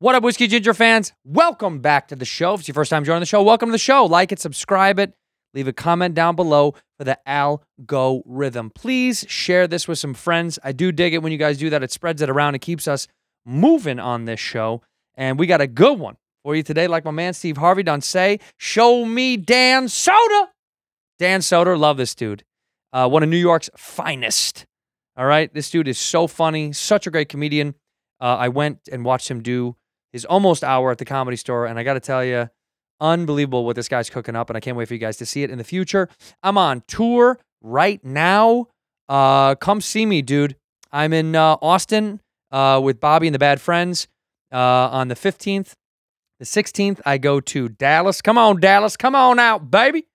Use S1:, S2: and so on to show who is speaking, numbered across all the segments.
S1: What up, Whiskey Ginger fans? Welcome back to the show. If it's your first time joining the show, welcome to the show. Like it, subscribe it, leave a comment down below for the algo rhythm. Please share this with some friends. I do dig it when you guys do that. It spreads it around. It keeps us moving on this show. And we got a good one for you today. Like my man Steve Harvey done say, show me Dan Soda. Dan Soder, love this dude. Uh, one of New York's finest. All right. This dude is so funny, such a great comedian. Uh, I went and watched him do his almost hour at the comedy store. And I got to tell you, unbelievable what this guy's cooking up. And I can't wait for you guys to see it in the future. I'm on tour right now. Uh, come see me, dude. I'm in uh, Austin uh, with Bobby and the Bad Friends uh, on the 15th. The 16th, I go to Dallas. Come on, Dallas. Come on out, baby.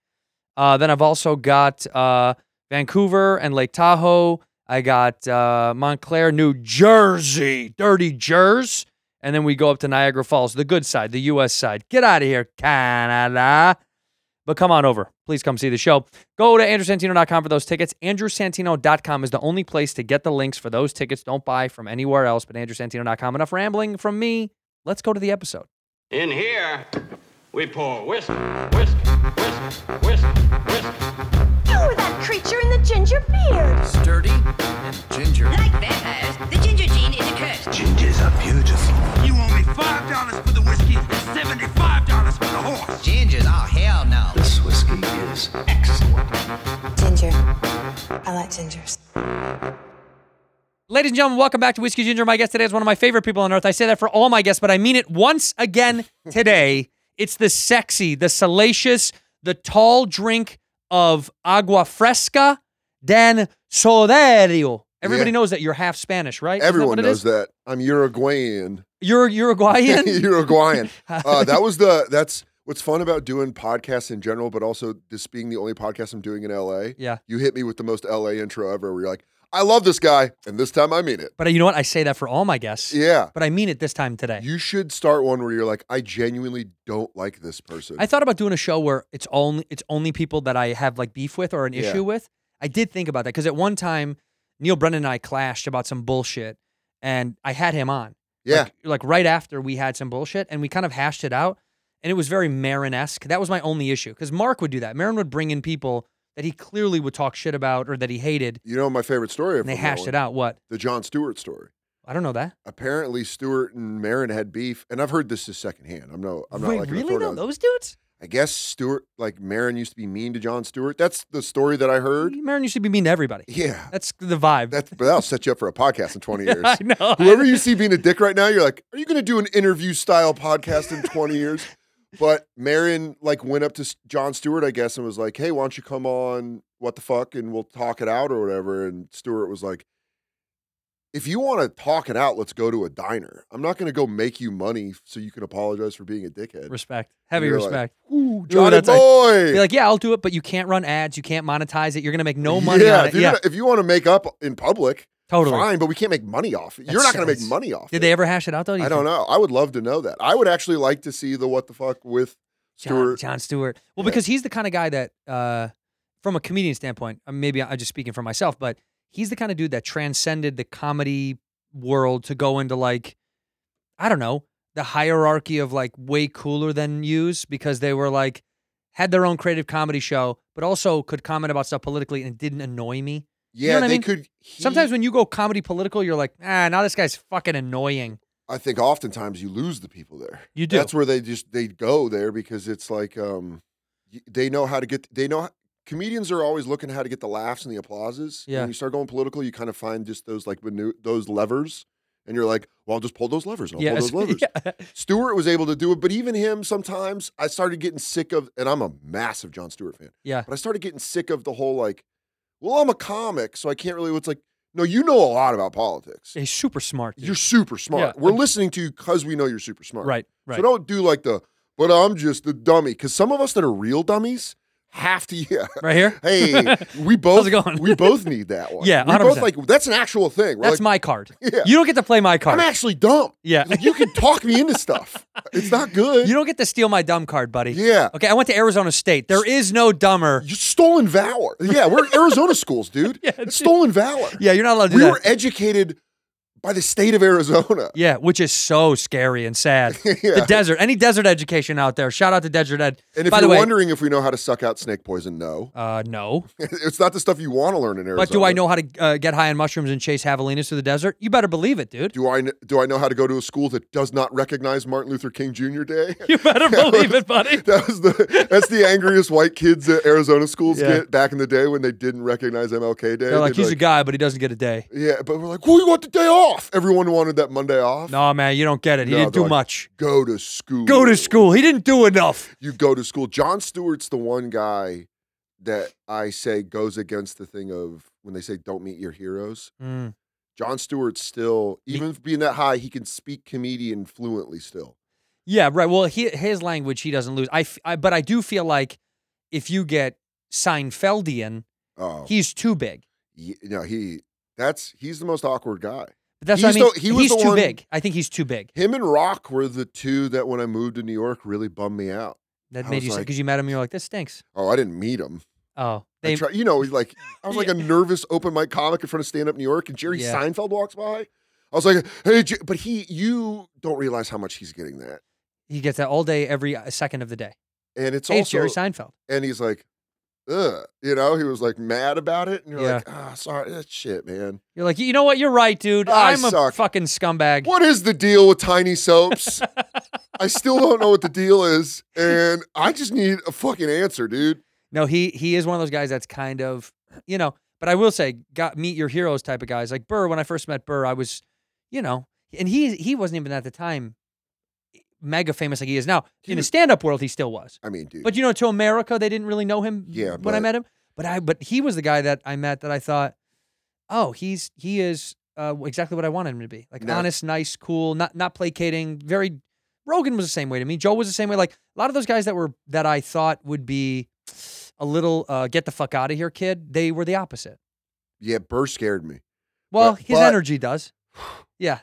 S1: Uh, then I've also got uh, Vancouver and Lake Tahoe. I got uh, Montclair, New Jersey, Dirty Jers. And then we go up to Niagara Falls, the good side, the U.S. side. Get out of here, Canada. But come on over. Please come see the show. Go to andrewsantino.com for those tickets. andrewsantino.com is the only place to get the links for those tickets. Don't buy from anywhere else but andrewsantino.com. Enough rambling from me. Let's go to the episode.
S2: In here, we pour whisk, whisk, whisk, whisk, whisk.
S3: You were Oh, that creature in the ginger beard.
S4: sturdy and ginger.
S5: Like vampires, the ginger gene is a curse.
S6: Gingers are beautiful.
S7: You owe me five dollars for the whiskey and seventy-five dollars for the horse.
S4: Gingers? Oh, hell no.
S6: This whiskey is excellent.
S8: Ginger. I like gingers.
S1: Ladies and gentlemen, welcome back to Whiskey Ginger. My guest today is one of my favorite people on earth. I say that for all my guests, but I mean it once again today. It's the sexy, the salacious, the tall drink of agua fresca dan soderio. Everybody
S9: Yeah.
S1: knows that you're half Spanish, right? Isn't
S9: Everyone
S1: that what it
S9: knows
S1: is?
S9: that. I'm Uruguayan.
S1: You're Uruguayan.
S9: Uruguayan. Uh, that was the. That's what's fun about doing podcasts in general, but also this being the only podcast I'm doing in LA.
S1: Yeah.
S9: You hit me with the most LA intro ever. Where you're like, I love this guy, and this time I mean it.
S1: but you know what? I say that for all my guests,
S9: Yeah.
S1: but I mean it this time today.
S9: You should start one where you're like, I genuinely don't like this person.
S1: I thought about doing a show where it's only it's only people that I have like beef with or an
S9: Yeah.
S1: issue with. I did think about that because at one time Neil Brennan and I clashed about some bullshit, and I had him on.
S9: yeah.
S1: Like, like right after we had some bullshit, and we kind of hashed it out, and it was very Marin esque. That was my only issue because Mark would do that. Marin would bring in people that he clearly would talk shit about or that he hated,
S9: you know my favorite story.
S1: and they hashed it out. What?
S9: The John Stewart story.
S1: I don't know that.
S9: Apparently, Stewart and Marin had beef, and I've heard this is secondhand. I'm no. I'm not
S1: Wait,
S9: like an
S1: really
S9: authority
S1: though?
S9: on-
S1: Those dudes?
S9: I guess Stewart, like Marin, used to be mean to John Stewart. That's the story that I heard.
S1: Marin used to be mean to everybody.
S9: Yeah,
S1: That's the vibe.
S9: that's but that'll set you up for a podcast in twenty years.
S1: I know.
S9: Whoever you see being a dick right now, you're like, are you going to do an interview style podcast in twenty years? But Marin like went up to S- John Stewart, I guess, and was like, "Hey, why don't you come on? What the fuck? And we'll talk it out or whatever." And Stewart was like, "If you want to talk it out, let's go to a diner. I'm not going to go make you money so you can apologize for being a dickhead."
S1: respect. Heavy
S9: You're like,
S1: respect.
S9: Ooh, Johnny
S1: that's a-
S9: boy.
S1: Be like, yeah, I'll do it, but you can't run ads. You can't monetize it. You're gonna make no money
S9: yeah,
S1: on
S9: If,
S1: it.
S9: you're
S1: Yeah,
S9: gonna- if you want to make up in public,
S1: totally.
S9: fine, but we can't make money off it. You're not going to make
S1: sucks.
S9: money off
S1: Did
S9: it.
S1: they ever hash it out though? do you
S9: I don't
S1: think?
S9: know. I would love to know that. I would actually like to see the what the fuck with
S1: John,
S9: Stewart.
S1: John Stewart. Well,
S9: Yeah.
S1: because he's the kind of guy that, uh, from a comedian standpoint, uh, maybe I'm just speaking for myself, but he's the kind of dude that transcended the comedy world to go into like, I don't know, the hierarchy of like way cooler than yous because they were like had their own creative comedy show, but also could comment about stuff politically and it didn't annoy me.
S9: yeah,
S1: know what I
S9: they
S1: mean?
S9: could. He,
S1: Sometimes when you go comedy political, you're like, ah, now this guy's fucking annoying.
S9: I think oftentimes you lose the people there.
S1: You do.
S9: That's where they just they go there because it's like um, y- they know how to get. They know comedians are always looking how to get the laughs and the applauses.
S1: Yeah.
S9: When you start going political, you kind of find just those like manu- those levers, and you're like, well, I'll just pull those levers. and I'll pull those levers.
S1: yeah.
S9: Stewart was able to do it, but even him sometimes I started getting sick of, and I'm a massive John Stewart fan.
S1: Yeah.
S9: But I started getting sick of the whole like, well, I'm a comic, so I can't really. It's like, no, you know a lot about politics.
S1: He's super smart. dude.
S9: You're super smart.
S1: Yeah.
S9: We're listening to you because we know you're super smart.
S1: right, right.
S9: So don't do like the, but I'm just the dummy. Because some of us that are real dummies have to. Yeah.
S1: right here?
S9: Hey, we both
S1: it going?
S9: we both need that one.
S1: Yeah,
S9: we both
S1: 100%.
S9: like that's an actual thing. We're
S1: That's
S9: like,
S1: my card.
S9: Yeah.
S1: You don't get to play my
S9: I'm
S1: card.
S9: actually dumb.
S1: Yeah.
S9: Like, you can talk me into stuff. It's not good.
S1: you don't get to steal my dumb card, buddy.
S9: Yeah.
S1: Okay, I went to Arizona State. There is no dumber.
S9: You stolen valor. Yeah, we're Arizona schools, dude. It's stolen valor.
S1: Yeah, you're not allowed to do
S9: we
S1: that.
S9: were educated by the state of Arizona.
S1: Yeah, which is so scary and sad. The
S9: Yeah.
S1: desert, any desert education out there? Shout out to Desert Ed.
S9: And if
S1: By the
S9: you're
S1: way,
S9: wondering if we know how to suck out snake poison, no.
S1: uh, no,
S9: it's not the stuff you want to learn in Arizona.
S1: but do I know how to uh, get high on mushrooms and chase javelinas through the desert? You better believe it, dude.
S9: Do I kn- do I know how to go to a school that does not recognize Martin Luther King Jr. Day?
S1: You better believe it, buddy.
S9: That was the that's the angriest white kids at Arizona schools
S1: Yeah.
S9: get back in the day when they didn't recognize MLK Day.
S1: They're like,
S9: They'd
S1: he's a guy, but he doesn't get a day.
S9: yeah, but we're like, well, you want the day off. Everyone wanted that Monday off.
S1: No, man, you don't get it. He
S9: No,
S1: didn't do
S9: they're like,
S1: much.
S9: Go to school.
S1: Go to school. He didn't do enough.
S9: You go to school. John Stewart's the one guy that I say goes against the thing of when they say don't meet your heroes.
S1: Mm.
S9: John Stewart still, even being that high, he can speak comedian fluently still.
S1: Yeah, right. Well, he, his language, he doesn't lose. I, f- I- but I do feel like if you get Seinfeldian,
S9: Oh,
S1: he's too big.
S9: he, no, he that's he's the most awkward guy.
S1: But that's
S9: He's
S1: what I mean.
S9: the- he was
S1: he's
S9: the
S1: too
S9: one-
S1: big. I think he's too big.
S9: Him and Rock were the two that when I moved to New York really bummed me out.
S1: That
S9: I
S1: made
S9: was
S1: you sick
S9: like-
S1: because you met him. You're like, this stinks.
S9: Oh, I didn't meet him.
S1: Oh,
S9: I
S1: they,
S9: try, you know, he's like I was like a nervous open mic comic in front of stand up New York, and Jerry
S1: Yeah.
S9: Seinfeld walks by. I was like, hey, Jer-" but he, you don't realize how much he's getting that,
S1: he gets that all day, every uh, second of the day.
S9: and it's
S1: hey, it's
S9: also
S1: Jerry Seinfeld.
S9: and he's like, ugh, you know, he was like mad about it, and you're
S1: Yeah.
S9: like, ah, sorry, that shit, man.
S1: You're like, you know what? You're right, dude.
S9: I
S1: I'm a
S9: suck.
S1: fucking scumbag.
S9: What is the deal with tiny soaps? I still don't know what the deal is, and I just need a fucking answer, dude.
S1: No, he he is one of those guys that's kind of you know. But I will say, got meet your heroes type of guys. Like Burr, when I first met Burr, I was, you know, and he he wasn't even at the time eh, mega famous like he is now. In the
S9: Dude.
S1: stand up world, he still was.
S9: I mean, dude,
S1: But you know, to America, they didn't really know him.
S9: Yeah,
S1: when I
S9: but-
S1: met him, but I but he was the guy that I met that I thought, oh, he's he is uh, exactly what I wanted him to be. Like
S9: No.
S1: honest, nice, cool, not not placating. Very. Rogan was the same way to me. Joe was the same way. Like a lot of those guys that were that I thought would be a little uh, get the fuck out of here kid. They were the opposite.
S9: yeah, Burr scared me.
S1: Well,
S9: But-
S1: his
S9: but-
S1: energy does. Yeah.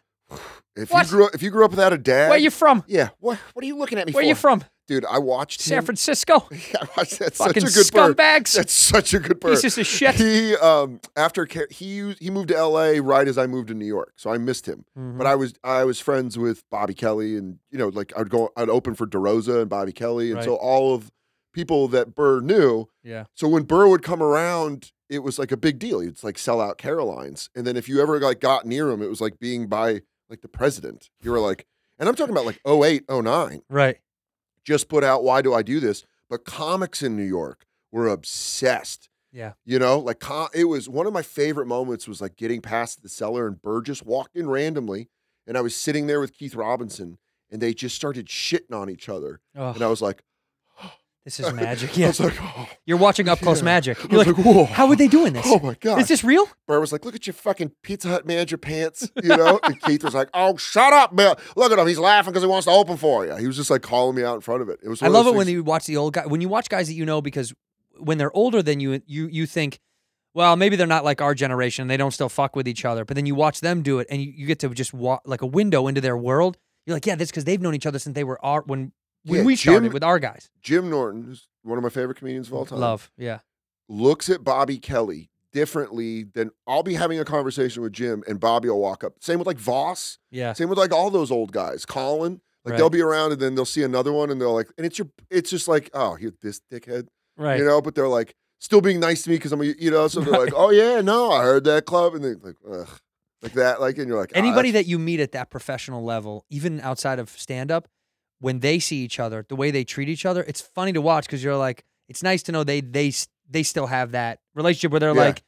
S9: If
S1: What?
S9: you grew up, if you grew up without a dad,
S1: Where you from?
S9: yeah, what what are you looking at me
S1: Where
S9: for,
S1: you from?
S9: dude? I watched
S1: San
S9: him.
S1: Francisco.
S9: I watched that. Such a
S1: Fucking
S9: good Burr.
S1: scumbags.
S9: That's such a good Burr.
S1: Pieces of shit.
S9: He um after Car- he used- he moved to L.A. right as I moved to New York, so I missed him.
S1: Mm-hmm.
S9: But I was I was friends with Bobby Kelly, and you know, like I'd go I'd open for DeRosa and Bobby Kelly, and so
S1: Right.
S9: all of people that Burr knew.
S1: Yeah.
S9: So when Burr would come around, it was like a big deal. It's like sell out Carolines, and then if you ever like got near him, it was like being by like the president. You were like, and I'm talking about like 08, 09
S1: Right.
S9: just put out why do i do this but comics in new york were obsessed
S1: Yeah.
S9: you know like com- it was one of my favorite moments was like getting past the cellar and burgess walked in randomly and i was sitting there with keith robinson and they just started shitting on each other
S1: Ugh,
S9: and i was like
S1: Oh, this is magic.
S9: i
S1: Yeah.
S9: was like oh,
S1: You're watching up close
S9: Yeah.
S1: magic.
S9: I
S1: You're
S9: was
S1: like,
S9: like, whoa.
S1: how are they doing this?
S9: oh my god
S1: Is this real?
S9: Burr was like, look at your fucking Pizza Hut manager pants, you know? and Keith was like, oh, shut up, Bill. Look at him. He's laughing because he wants to open for you. He was just like calling me out in front of it. It was
S1: I
S9: one of
S1: love it
S9: those
S1: when
S9: things-
S1: you watch the old guy when you watch guys that you know because when they're older than you you you think well maybe they're not like our generation they don't still fuck with each other but then you watch them do it and you, you get to just walk like a window into their world you're like yeah that's because they've known each other since they were our when when
S9: Yeah,
S1: we started
S9: Jim-
S1: with our guys
S9: Jim Norton, who's one of my favorite comedians of all time.
S1: love yeah
S9: looks at Bobby Kelly differently than I'll be having a conversation with Jim and Bobby will walk up. Same with like Voss.
S1: yeah
S9: Same with like all those old guys. Colin. Like
S1: Right.
S9: they'll be around and then they'll see another one and they're like, and it's your, it's just like, oh, you this dickhead,
S1: right
S9: you know. But they're like still being nice to me because I'm, a, you know. So they're like, oh yeah, no, I heard that club, and they're like, ugh, like that, like, and you're like, ah,
S1: anybody
S9: that's-
S1: that you meet at that professional level, even outside of stand up, when they see each other, the way they treat each other, it's funny to watch because you're like, it's nice to know they they s- they still have that relationship where they're
S9: Yeah.
S1: like,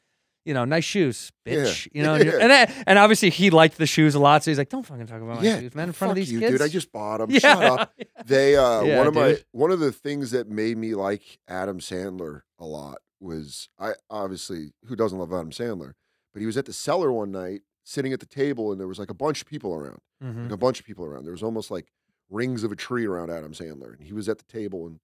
S1: you know, nice shoes, bitch, you know, and, you're-
S9: Yeah.
S1: and that- and obviously he liked the shoes a lot, so he's like, don't fucking talk about my
S9: yeah,
S1: shoes, man, in front of
S9: fuck
S1: these
S9: you,
S1: kids,
S9: dude. I just bought them.
S1: yeah,
S9: Shut up. They uh
S1: Yeah,
S9: one of my
S1: dude.
S9: one of the things that made me like Adam Sandler a lot was I obviously who doesn't love Adam Sandler, but he was at the cellar one night sitting at the table and there was like a bunch of people around.
S1: Mhm.
S9: Like a bunch of people around. There was almost like rings of a tree around Adam Sandler. And he was at the table and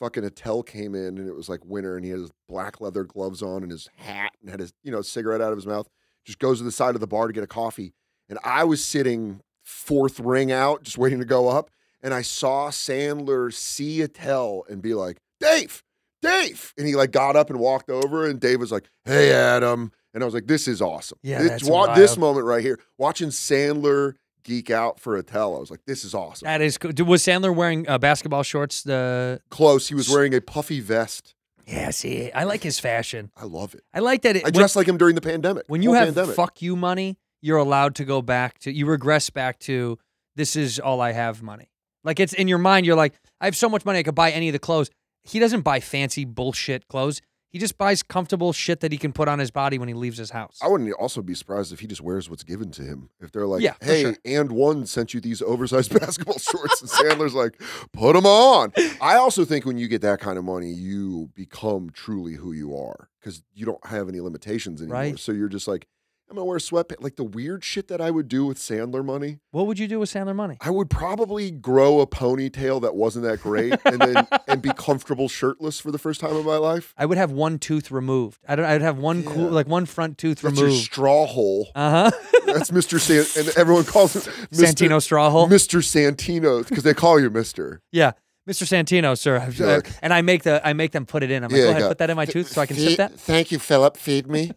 S9: fucking Attell came in and it was like winter and he had his black leather gloves on and his hat and had his, you know, cigarette out of his mouth. Just goes to the side of the bar to get a coffee. And I was sitting fourth ring out, just waiting to go up. And I saw Sandler see Attell and be like, Dave, Dave. And he like got up and walked over and Dave was like, Hey Adam. and I was like, "This is awesome."
S1: Yeah,
S9: this,
S1: that's
S9: wa- this
S1: wild.
S9: moment right here, watching Sandler geek out for Attell, I was like, "This is awesome."
S1: That is cool. Dude, Was Sandler wearing uh, basketball shorts? The
S9: Close. He was wearing a puffy vest.
S1: yeah, see, I like his fashion.
S9: I love it.
S1: I like that. It,
S9: I dressed like him during the pandemic.
S1: Eh, when you
S9: whole
S1: have
S9: pandemic.
S1: fuck you money, you're allowed to go back to you regress back to this is all I have money. Like it's in your mind, you're like, I have so much money I could buy any of the clothes. He doesn't buy fancy bullshit clothes. He just buys comfortable shit that he can put on his body when he leaves his house.
S9: I wouldn't also be surprised if he just wears what's given to him. If they're like,
S1: Yeah, for
S9: "Hey,
S1: sure.
S9: and one sent you these oversized basketball shorts," and Sandler's like, "Put them on." I also think when you get that kind of money, you become truly who you are because you don't have any limitations anymore.
S1: Right.
S9: So you're just like, "I'm gonna wear sweatpants." Like the weird shit that I would do with Sandler money,
S1: What would you do with Sandler money?
S9: I would probably grow a ponytail that wasn't that great, and then and be comfortable shirtless for the first time in my life.
S1: I would have one tooth removed. I don't. I'd have one cool,
S9: Yeah.
S1: like one front tooth
S9: That's your
S1: removed.
S9: straw hole.
S1: Uh huh.
S9: That's Mr. San, and everyone calls him Mr.
S1: Santino Strawhole.
S9: Mr. Santino, because they call you Mister.
S1: yeah, Mr. Santino, sir. I've-
S9: Yeah.
S1: I've- and I make the I make them put it in. I'm like,
S9: Yeah,
S1: go ahead,
S9: yeah.
S1: put that in my tooth so I can sip that.
S9: Thank you, Philip. Feed me.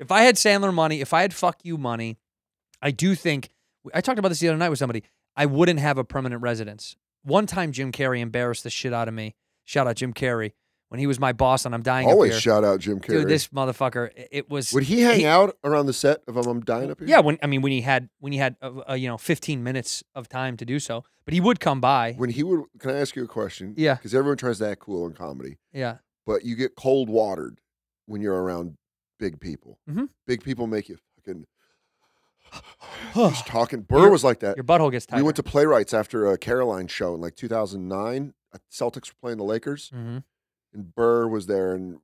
S1: If I had Sandler money, if I had fuck you money, I do think I talked about this the other night with somebody. I wouldn't have a permanent residence. One time, Jim Carrey embarrassed the shit out of me. Shout out Jim Carrey when he was my boss and I'm dying. up
S9: Always
S1: here.
S9: shout out Jim Carrey.
S1: dude. This motherfucker. it- It was.
S9: Would he hang out around the set of I'm Dying Up Here?
S1: Yeah, when I mean when he had when he had uh, uh, you know 15 minutes of time to do so, but he would come by.
S9: When he would, can I ask you a question?
S1: Yeah.
S9: Because everyone tries to act cool in comedy,
S1: Yeah,
S9: but you get cold watered when you're around big people.
S1: Mhm.
S9: Big people make you fucking just talking. Burr was like that.
S1: your butthole gets tight.
S9: We went to playwrights after a Caroline show in like 2009. Uh, Celtics were playing the Lakers.
S1: hmm
S9: and Burr was there, and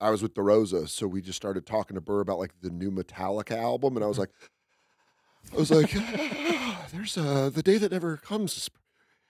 S9: I was with DeRosa, so we just started talking to Burr about like the new Metallica album, and I was like,
S1: Mm-hmm.
S9: I was like, there's uh, the day that never comes, is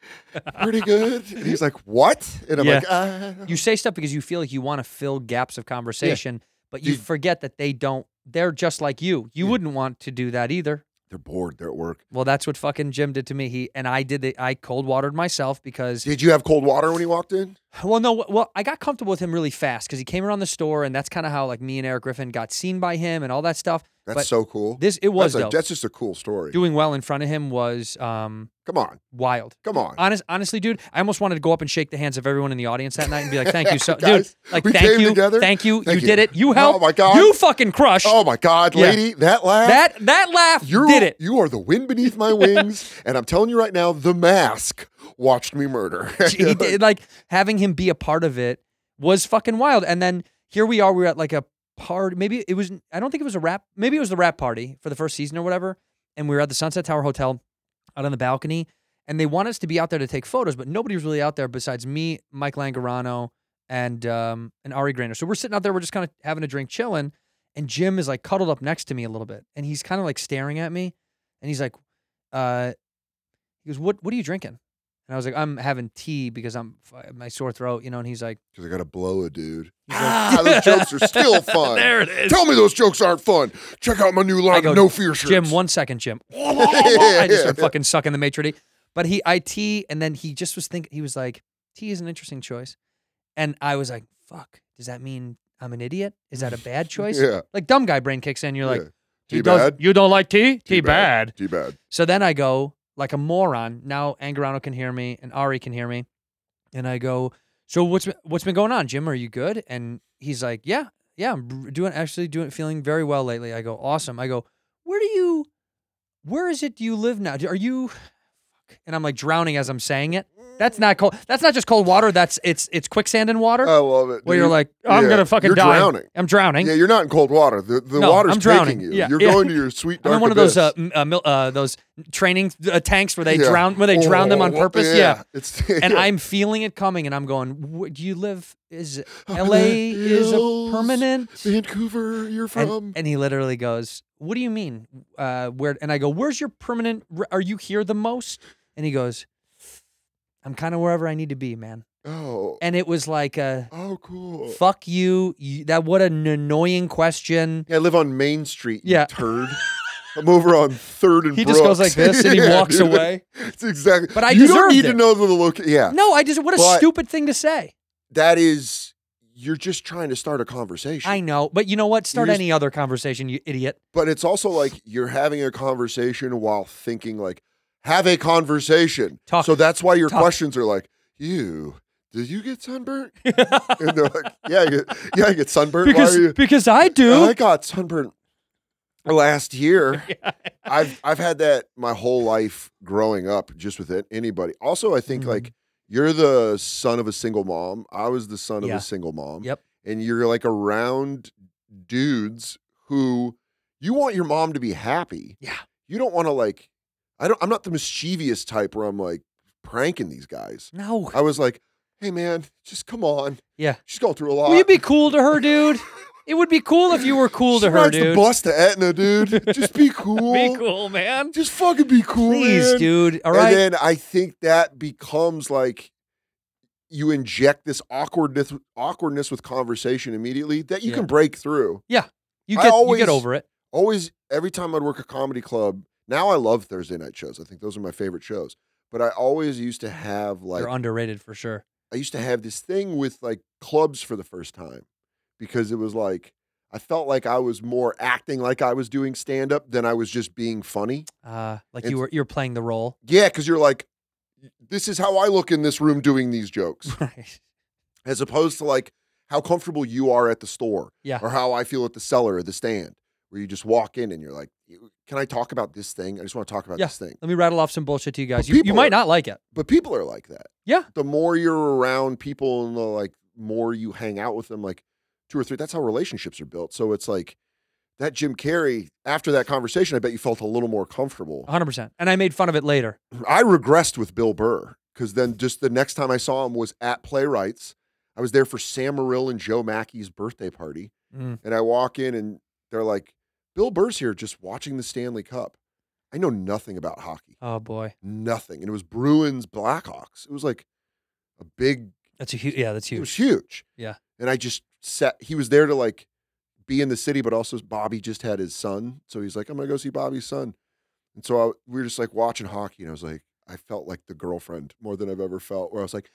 S9: pretty good, and he's like, what? And I'm
S1: Yeah.
S9: like, uh,
S1: You say stuff because you feel like you want to fill gaps of conversation, but you
S9: Dude.
S1: forget that they don't. They're just like you. You
S9: Yeah.
S1: wouldn't want to do that either.
S9: they're bored, they're at work.
S1: Well, that's what fucking Jim did to me. He and I did the I cold watered myself because
S9: Did you have cold water when he walked in?
S1: well, no, well, I got comfortable with him really fast because he came around the store, and that's kind of how like me and Eric Griffin got seen by him and all that stuff.
S9: That's
S1: But
S9: so cool.
S1: This it was
S9: that's, a-
S1: dope.
S9: that's just a cool story.
S1: Doing well in front of him was um
S9: come on,
S1: wild.
S9: come on.
S1: Honest, honestly, dude, I almost wanted to go up and shake the hands of everyone in the audience that night and be like, "Thank you so,
S9: Guys,
S1: dude, like,
S9: we
S1: thank
S9: came
S1: you,
S9: together.
S1: thank you,
S9: Thank
S1: you
S9: you.
S1: did it, you
S9: Oh
S1: helped,
S9: my God.
S1: you fucking crushed
S9: Oh my God,
S1: Yeah.
S9: lady, that laugh.
S1: that that laugh,
S9: You're,
S1: did it,
S9: You are the wind beneath my wings, and I'm telling you right now, the mask watched me murder.
S1: he did, like having him be a part of it was fucking wild. And then here we are, we were at like a party. Maybe it was I don't think it was a rap. Maybe it was the rap party for the first season or whatever. And we were at the Sunset Tower Hotel out on the balcony, and they want us to be out there to take photos, but nobody was really out there besides me, Mike Langarano, and um, and Ari Grainer. So we're sitting out there, we're just kind of having a drink, chilling. And Jim is like cuddled up next to me a little bit, and he's kind of like staring at me, and he's like, uh, he goes, "What what are you drinking?" And I was like, "I'm having tea because I'm f- my sore throat," you know. And he's like,
S9: Because I got to blow a dude. Ah, those jokes are still fun.
S1: "There it is."
S9: Tell me those jokes aren't fun. Check out my new line
S1: go,
S9: of No Fear shirts.
S1: Jim, one second, Jim. I just started fucking sucking the maitre d'. But he, I tea, and then he just was thinking. He was like, "Tea is an interesting choice," and I was like, "Fuck, does that mean I'm an idiot? Is that a bad choice?"
S9: Yeah.
S1: Like dumb guy brain kicks in. You're like,
S9: Yeah.
S1: "You
S9: Tea
S1: don't-
S9: bad?
S1: You don't like tea? Tea, bad.
S9: Too bad.
S1: So then I go like a moron. Now Angarano can hear me and Ari can hear me, and I go. So what's been- what's been going on, Jim? Are you good? And he's like, Yeah, yeah, I'm r- doing actually doing feeling very well lately. I go, Awesome. I go, Where do you, where is it? Do you live now? Do- Are you? fuck." And I'm like drowning as I'm saying it. That's not cold. That's not just cold water. That's it's it's quicksand and water.
S9: I love it.
S1: where
S9: dude.
S1: you're like, I'm
S9: Oh, Yeah,
S1: gonna fucking
S9: you're
S1: die.
S9: drowning.
S1: I'm drowning.
S9: Yeah, you're not in cold water. The, the
S1: No,
S9: water's
S1: I'm drowning.
S9: taking you.
S1: Yeah,
S9: You're
S1: yeah.
S9: going to your sweet dark
S1: I'm in one of
S9: abyss.
S1: those uh, m- uh, mil- uh those training uh, tanks where they
S9: Yeah.
S1: drown where they drown them on
S9: Oh,
S1: purpose. yeah.
S9: It's,
S1: and
S9: yeah.
S1: I'm feeling it coming, and I'm going, "Where do you live? Is
S9: Up in
S1: LA
S9: the
S1: is a
S9: hills,
S1: permanent?"
S9: Vancouver, you're from.
S1: And, and he literally goes, "What do you mean? Uh, where?" And I go, "Where's your permanent? re- Are you here the most?" And he goes, "I'm kind of wherever I need to be, man."
S9: oh.
S1: And it was like, uh,
S9: oh, cool.
S1: "Fuck you! you that what an annoying question."
S9: Yeah, I live on Main Street.
S1: Yeah.
S9: Yeah, turd. I'm over on Third and
S1: He just goes
S9: Brooks.
S1: like this, and he
S9: Yeah,
S1: walks
S9: dude.
S1: away.
S9: It's exactly.
S1: But I
S9: you don't
S1: deserved
S9: need
S1: it.
S9: to know the location. Yeah,
S1: No, I just what a
S9: But-
S1: stupid thing to say.
S9: that is. you're just trying to start a conversation.
S1: I know, but you know what? Start
S9: just-
S1: any other conversation, you idiot.
S9: but it's also like you're having a conversation while thinking like have a conversation
S1: Talk.
S9: so that's why your
S1: Talk.
S9: questions are like you did you get sunburnt and they're like yeah you, yeah i get sunburnt
S1: Because
S9: why are you
S1: because I do.
S9: i got sunburnt last year i've i've had that my whole life growing up just with it, anybody also i think
S1: Mhm.
S9: like you're the son of a single mom i was the son
S1: Yeah.
S9: of a single mom
S1: yep.
S9: and you're like around dudes who you want your mom to be happy.
S1: Yeah.
S9: You don't want to like I don't I'm not the mischievous type where I'm like pranking these guys.
S1: No.
S9: I was like, "Hey man, just come on.
S1: Yeah.
S9: She's going through a lot."
S1: Will you be cool to her, dude? It would be cool if you were cool
S9: she
S1: to her,
S9: rides
S1: dude.
S9: the bus to Etna, dude. just be cool.
S1: Be cool, man.
S9: Just fucking be cool,
S1: Please,
S9: man.
S1: dude. All right.
S9: And then I think that becomes like you inject this awkwardness awkwardness with conversation immediately that you
S1: Yeah.
S9: can break through.
S1: you
S9: I
S1: get you
S9: always-
S1: get over it.
S9: always every time I'd work a comedy club. Now I love Thursday night shows. I think those are my favorite shows. But I always used to have like
S1: They're underrated for sure.
S9: I used to have this thing with like clubs for the first time because it was like I felt like I was more acting like I was doing stand up than I was just being funny.
S1: Uh, like you
S9: It's-
S1: were you're playing the role.
S9: Yeah, cuz you're like this is how I look in this room doing these jokes
S1: Right.
S9: as opposed to like how comfortable you are at the store
S1: Yeah.
S9: or how I feel at the cellar or the stand where you just walk in and you're like can I talk about this thing? I just want to talk about
S1: Yeah.
S9: this thing.
S1: Let me rattle off some bullshit to you guys.
S9: But
S1: You, you
S9: people
S1: might
S9: are-
S1: not like it.
S9: but people are like that.
S1: Yeah.
S9: The more you're around people and the like more you hang out with them, like two or three, that's how relationships are built. So it's like that Jim Carrey, after that conversation, I bet you felt a little more comfortable.
S1: 100%. And I made fun of it later.
S9: I regressed with Bill Burr because then just the next time I saw him was at Playwrights. I was there for Sam Morrill and Joe Mackey's birthday party.
S1: Mm.
S9: And I walk in and they're like, Bill Burr's here just watching the Stanley Cup. I know nothing about hockey
S1: Oh boy.
S9: nothing. And it was Bruins Blackhawks. It was like a big,
S1: That's a huge yeah, that's
S9: it
S1: huge.
S9: was huge.
S1: Yeah.
S9: And I just sat, he was there to like be in the city, but also Bobby just had his son. So he's like, I'm going to go see Bobby's son. And so I, we were just like watching hockey. And I was like, I felt like the girlfriend more than I've ever felt, where I was like,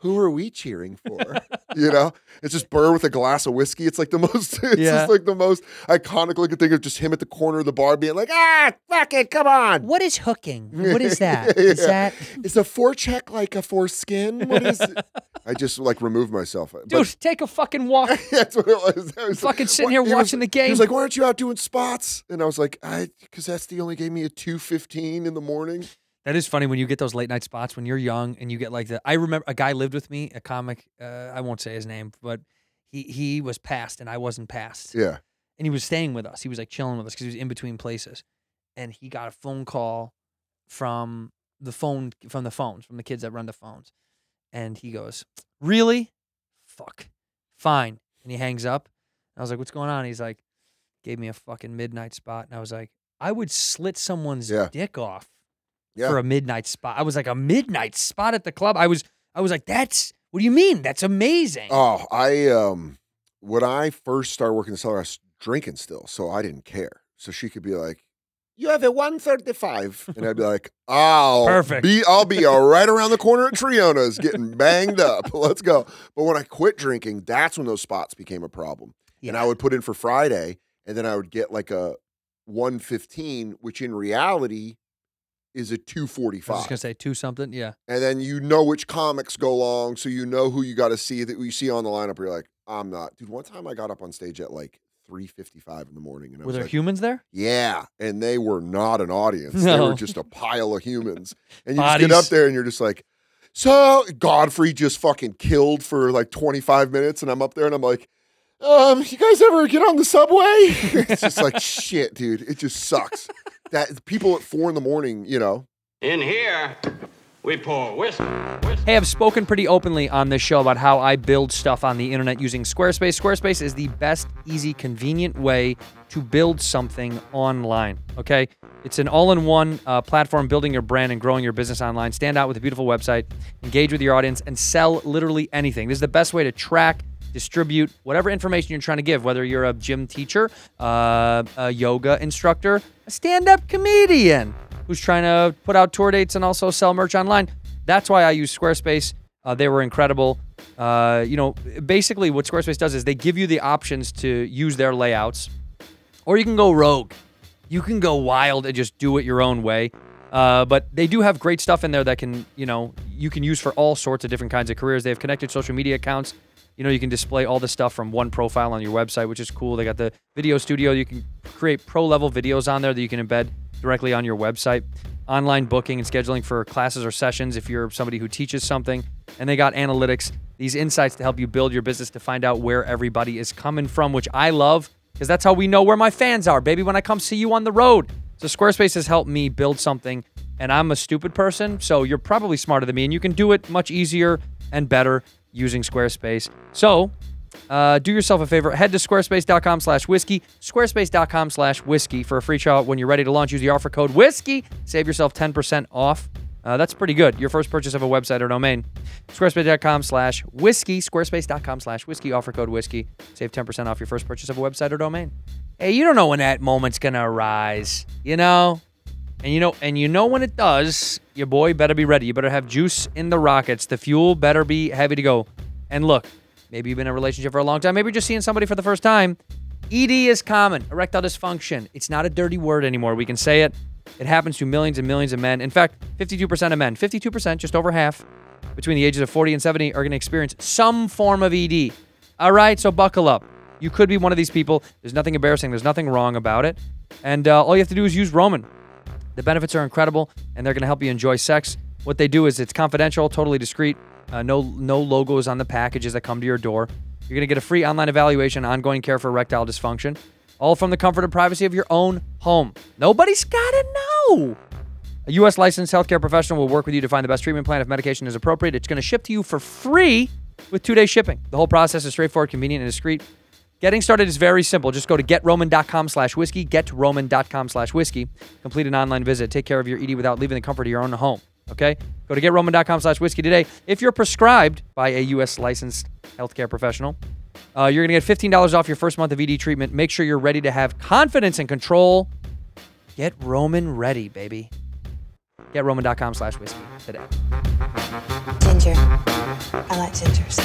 S9: who are we cheering for? you know, it's just Burr with a glass of whiskey. It's like the most, it's
S1: Yeah.
S9: just like the most iconic looking thing of just him at the corner of the bar being like, ah, fuck it, come on.
S1: What is hooking?
S9: Yeah. Is a forecheck like a foreskin? What is? it? I just like removed myself, But
S1: Dude, take a fucking walk.
S9: that's what it was. I was
S1: Fucking sitting here
S9: he was-
S1: watching the
S9: He
S1: game.
S9: was like, "Why aren't you out doing spots?" And I was like, "I because Esty only gave me a two fifteen in the morning."
S1: That is funny when you get those late night spots when you're young and you get like the. I remember a guy lived with me, a comic. Uh, I won't say his name, but he he was passed and I wasn't passed,
S9: Yeah,
S1: and he was staying with us. He was like chilling with us because he was in between places, and he got a phone call from the phone from the phones from the kids that run the phones, and he goes, "Really? Fuck. Fine." And he hangs up. I was like, "What's going on?" He's like, "Gave me a fucking midnight spot," and I was like, "I would slit someone's
S9: Yeah.
S1: dick off."
S9: yeah.
S1: for a midnight spot. I was like a midnight spot at the club. I was I was like, that's what do you mean? That's amazing.
S9: oh, I um, when I first started working the cellar, I was drinking still, so I didn't care. So she could be like. You have a one thirty five, and I'd be like, "I'll
S1: Perfect.
S9: be, I'll be uh, right around the corner at Triona's, getting banged up. Let's go." But when I quit drinking, that's when those spots became a problem. and I would put in for Friday, and then I would get like a one fifteen, which in reality is a two
S1: I
S9: forty
S1: was just
S9: five.
S1: gonna say two something. Yeah.
S9: And then you know which comics go long, so you know who you got to see that you see on the lineup. You're like, I'm not, dude. One time I got up on stage at like three fifty five in the morning, and I
S1: Were
S9: was
S1: there
S9: like,
S1: humans there?
S9: yeah, and they were not an audience; they
S1: No.
S9: were just a pile of humans. And you just get
S1: Bodies.
S9: up there, and you're just like. So Godfrey just fucking killed for like 25 minutes, and I'm up there, and I'm like, um, you guys ever get on the subway? it's just like shit, dude. It just sucks. That people at four in the morning, you know.
S2: In here, we pour whiskey, whiskey.
S1: Hey, I've spoken pretty openly on this show about how I build stuff on the internet using Squarespace. Squarespace is the best, easy, convenient way to build something online. Okay, it's an all-in-one uh, platform building your brand and growing your business online. Stand out with a beautiful website, engage with your audience, and sell literally anything. This is the best way to track. Distribute whatever information you're trying to give, whether you're a gym teacher, uh, a yoga instructor, a stand up comedian who's trying to put out tour dates and also sell merch online. That's why I use Squarespace. Uh, Uh, they were incredible. Uh, you know, basically what Squarespace does is they give you the options to use their layouts, or you can go rogue. You can go wild and just do it your own way. Uh, but they do have great stuff in there that can, you know, you can use for all sorts of different kinds of careers. They have connected social media accounts. You know, you can display all the stuff from one profile on your website, which is cool. They got the video studio. You can create pro level videos on there that you can embed directly on your website. Online booking and scheduling for classes or sessions if you're somebody who teaches something. And they got analytics, these insights to help you build your business to find out where everybody is coming from, which I love because that's how we know where my fans are, baby, when I come see you on the road. So Squarespace has helped me build something, and I'm a stupid person, so you're probably smarter than me, and you can do it much easier and better using Squarespace. So uh, do yourself a favor. Head to squarespace.com slash whiskey, squarespace.com slash whiskey for a free trial. When you're ready to launch, use the offer code whiskey. Save yourself 10% off. Uh, that's pretty good. Your first purchase of a website or domain. Squarespace.com slash whiskey. Squarespace.com slash whiskey. Offer code whiskey. Save 10% off your first purchase of a website or domain. Hey, you don't know when that moment's going to arise, you know? And you know, and you know when it does, your boy better be ready. You better have juice in the rockets. The fuel better be heavy to go. And look, maybe you've been in a relationship for a long time. Maybe you're just seeing somebody for the first time. ED E is common, erectile dysfunction. It's not a dirty word anymore. We can say it. It happens to millions and millions of men. In fact, 52% of men, 52%, just over half, between the ages of 40 and 70 are going to experience some form of ED. All right, so buckle up. You could be one of these people. There's nothing embarrassing, there's nothing wrong about it. And uh, all you have to do is use Roman. The benefits are incredible, and they're going to help you enjoy sex. What they do is it's confidential, totally discreet. Uh, no no logos on the packages that come to your door. You're going to get a free online evaluation, ongoing care for erectile dysfunction, all from the comfort and privacy of your own home. Nobody's got to know. A U.S. licensed healthcare professional will work with you to find the best treatment plan if medication is appropriate. It's going to ship to you for free with two day shipping. The whole process is straightforward, convenient, and discreet. Getting started is very simple. Just go to getroman.com slash whiskey, getroman.com slash whiskey. Complete an online visit. Take care of your ED without leaving the comfort of your own home. Okay? Go to getroman.com slash whiskey today. If you're prescribed by a U.S. licensed healthcare professional, uh, you're going to get $15 off your first month of ED treatment. Make sure you're ready to have confidence and control. Get Roman ready, baby. GetRoman.com slash whiskey today.
S8: Ginger. I like gingers.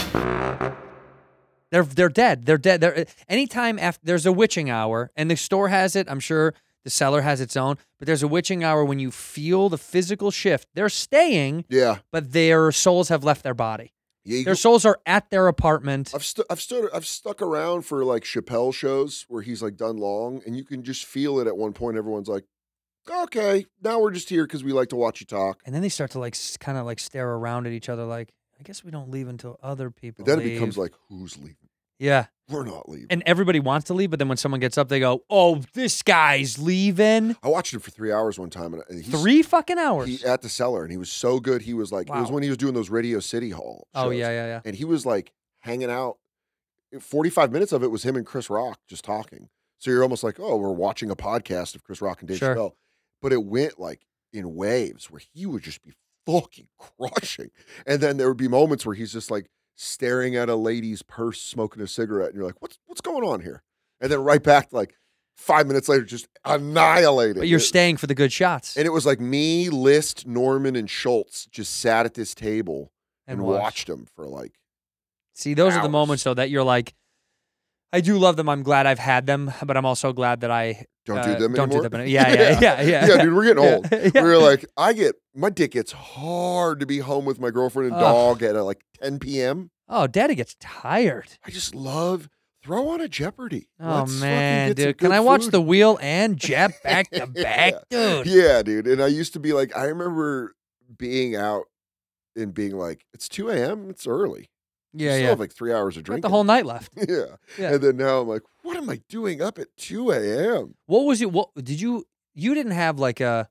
S1: They're they're dead. They're dead. They're, anytime after there's a witching hour, and the store has it. I'm sure the seller has its own, but there's a witching hour when you feel the physical shift. They're staying,
S9: Yeah.
S1: but their souls have left their body.
S9: Yeah, you-
S1: Their souls are at their apartment.
S9: I've stu- I've stood I've stuck around for like Chappelle shows where he's like done long, and you can just feel it at one point. Everyone's like, "Okay, now we're just here because we like to watch you talk."
S1: And then they start to like kind of like stare around at each other, like I guess we don't leave until other people.
S9: And then it
S1: leave."
S9: becomes like, "Who's leaving?
S1: yeah,
S9: We're not leaving."
S1: and everybody wants to leave, but then when someone gets up, they go, "Oh, this guy's leaving."
S9: I watched it for three hours one time, and he's,
S1: Three fucking hours.
S9: he, at the cellar, and he was so good. He was like, it was
S1: Wow.
S9: when he was doing those Radio City Hall.
S1: oh
S9: shows,
S1: yeah, yeah, yeah.
S9: and he was like hanging out. Forty five minutes of it was him and Chris Rock just talking. So you're almost like, oh, we're watching a podcast of Chris Rock and Dave
S1: Sure.
S9: Chappelle. But it went like in waves where he would just be fucking crushing, and then there would be moments where he's just like staring at a lady's purse, smoking a cigarette, and you're like, what's what's going on here? And then right back like five minutes later, just annihilated.
S1: But you're
S9: It-
S1: staying for the good shots
S9: and it was like me, List, Norman, and Schultz just sat at this table and, watched him for like,
S1: See, those are the
S9: hours.
S1: moments though that you're like, I do love them. I'm glad I've had them, but I'm also glad that I
S9: don't
S1: uh,
S9: do them
S1: Don't
S9: anymore.
S1: do them. any- Yeah, yeah, yeah, yeah.
S9: yeah, dude, we're getting
S1: Yeah,
S9: old.
S1: yeah.
S9: We were like, I get my dick gets hard to be home with my girlfriend and
S1: Ugh.
S9: dog at uh, like 10 p.m.
S1: oh, Daddy gets tired.
S9: I just love throw on a Jeopardy.
S1: Oh
S9: Let's fucking
S1: man,
S9: get some
S1: dude, can
S9: good
S1: I watch
S9: food.
S1: the wheel and jab back to back,
S9: Yeah.
S1: dude?
S9: Yeah, dude. And I used to be like, I remember being out and being like, it's 2 a.m. It's early. You
S1: Yeah,
S9: still
S1: yeah.
S9: have like three hours of
S1: Got
S9: drinking.
S1: the whole night left.
S9: yeah.
S1: Yeah.
S9: And then now I'm like, what am I doing up at 2 a.m.?
S1: What was you? What did you? You didn't have like a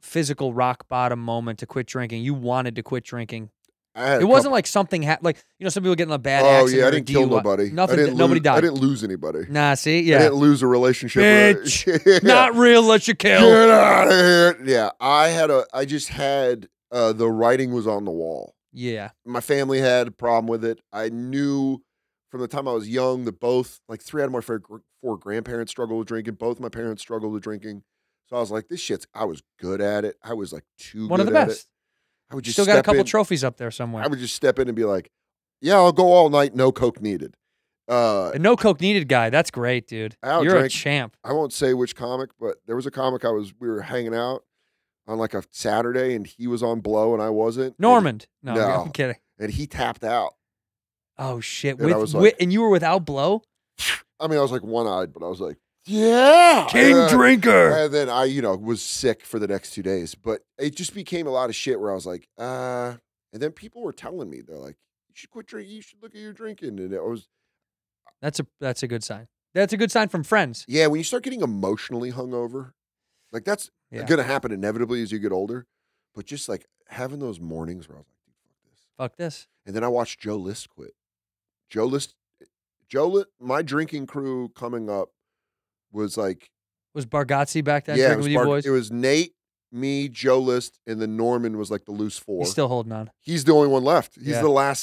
S1: physical rock bottom moment to quit drinking. You wanted to quit drinking.
S9: I had
S1: It
S9: a
S1: wasn't
S9: couple-
S1: like something hap like you know some people get in a bad
S9: oh,
S1: accident.
S9: yeah,
S1: or
S9: I
S1: a
S9: didn't kill
S1: DUI.
S9: nobody.
S1: Nothing.
S9: I didn't
S1: nobody
S9: lose,
S1: died.
S9: I didn't lose anybody.
S1: Nah, see,
S9: I
S1: yeah.
S9: didn't lose a relationship. or-
S1: Bitch.
S9: Yeah.
S1: Not real, let you kill.
S9: Get out of here. Yeah, I had a, I just had, uh, the writing was on the wall.
S1: Yeah.
S9: My family had a problem with it. I knew from the time I was young that both, like three out of my four, gr- four grandparents struggled with drinking. Both my parents struggled with drinking. So I was like, this shit's, I was good at it. I was like too
S1: One of
S9: good
S1: the
S9: at it.
S1: best.
S9: I would just
S1: Still got a
S9: step
S1: couple
S9: in-
S1: trophies up there somewhere.
S9: I would just step in and be like, "Yeah, I'll go all night, no coke needed." Uh,
S1: The no coke needed guy. That's great, dude.
S9: I
S1: You're a
S9: outdrank-
S1: champ.
S9: I won't say which comic, but there was a comic I was we were hanging out on like a Saturday, and he was on blow and I wasn't. and-
S1: Normand. No,
S9: No.
S1: I'm kidding.
S9: and, he tapped out.
S1: Oh shit!
S9: And I
S1: With,
S9: was
S1: wi-
S9: like-
S1: and you were without blow.
S9: I mean, I was like one eyed, but I was like, "Yeah, uh,
S1: drinker.
S9: And then I, you know, was sick for the next two days. But it just became a lot of shit where I was like, uh, and then people were telling me, they're like, you should quit drinking, you should look at your drinking. And it was,
S1: That's a that's a good sign. That's a good sign from friends.
S9: yeah, when you start getting emotionally hungover, like that's
S1: Yeah.
S9: gonna happen inevitably as you get older. But just like having those mornings where I was like, dude, fuck this.
S1: Fuck this.
S9: And then I watched Joe List quit. Joe List, Joe, List, my drinking crew coming up was like,
S1: Was Bargatze back then
S9: yeah, it
S1: drinking
S9: was,
S1: with you
S9: Bart-
S1: boys?
S9: it was Nate, me, Joe List, and then Norman was like the loose four.
S1: He's still holding on.
S9: He's the only one left. He's
S1: Yeah.
S9: the last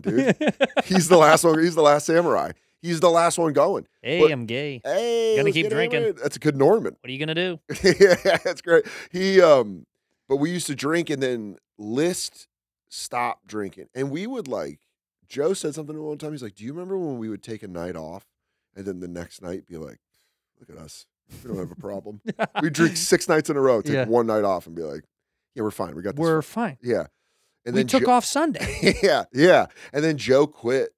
S9: dude. he's the last one. He's the last samurai. He's the last one going.
S10: Hey,
S9: But-
S10: I'm gay.
S9: Hey,
S10: Gonna
S9: let's
S10: keep
S9: get
S10: drinking.
S9: hammered. That's a good Norman.
S10: What are you gonna do?
S9: yeah, that's great. He um, but we used to drink and then List stopped drinking, and we would like. Joe said something one time. He's like, "Do you remember when we would take a night off, and then the next night be like, look at us, we don't have a problem. we drink six nights in a row, take
S1: Yeah.
S9: one night off, and be like, yeah, we're fine. We got this.
S1: We're fine.
S9: yeah." And
S1: we
S9: then
S1: took
S9: Jo-
S1: off Sunday.
S9: yeah, yeah. And then Joe quit.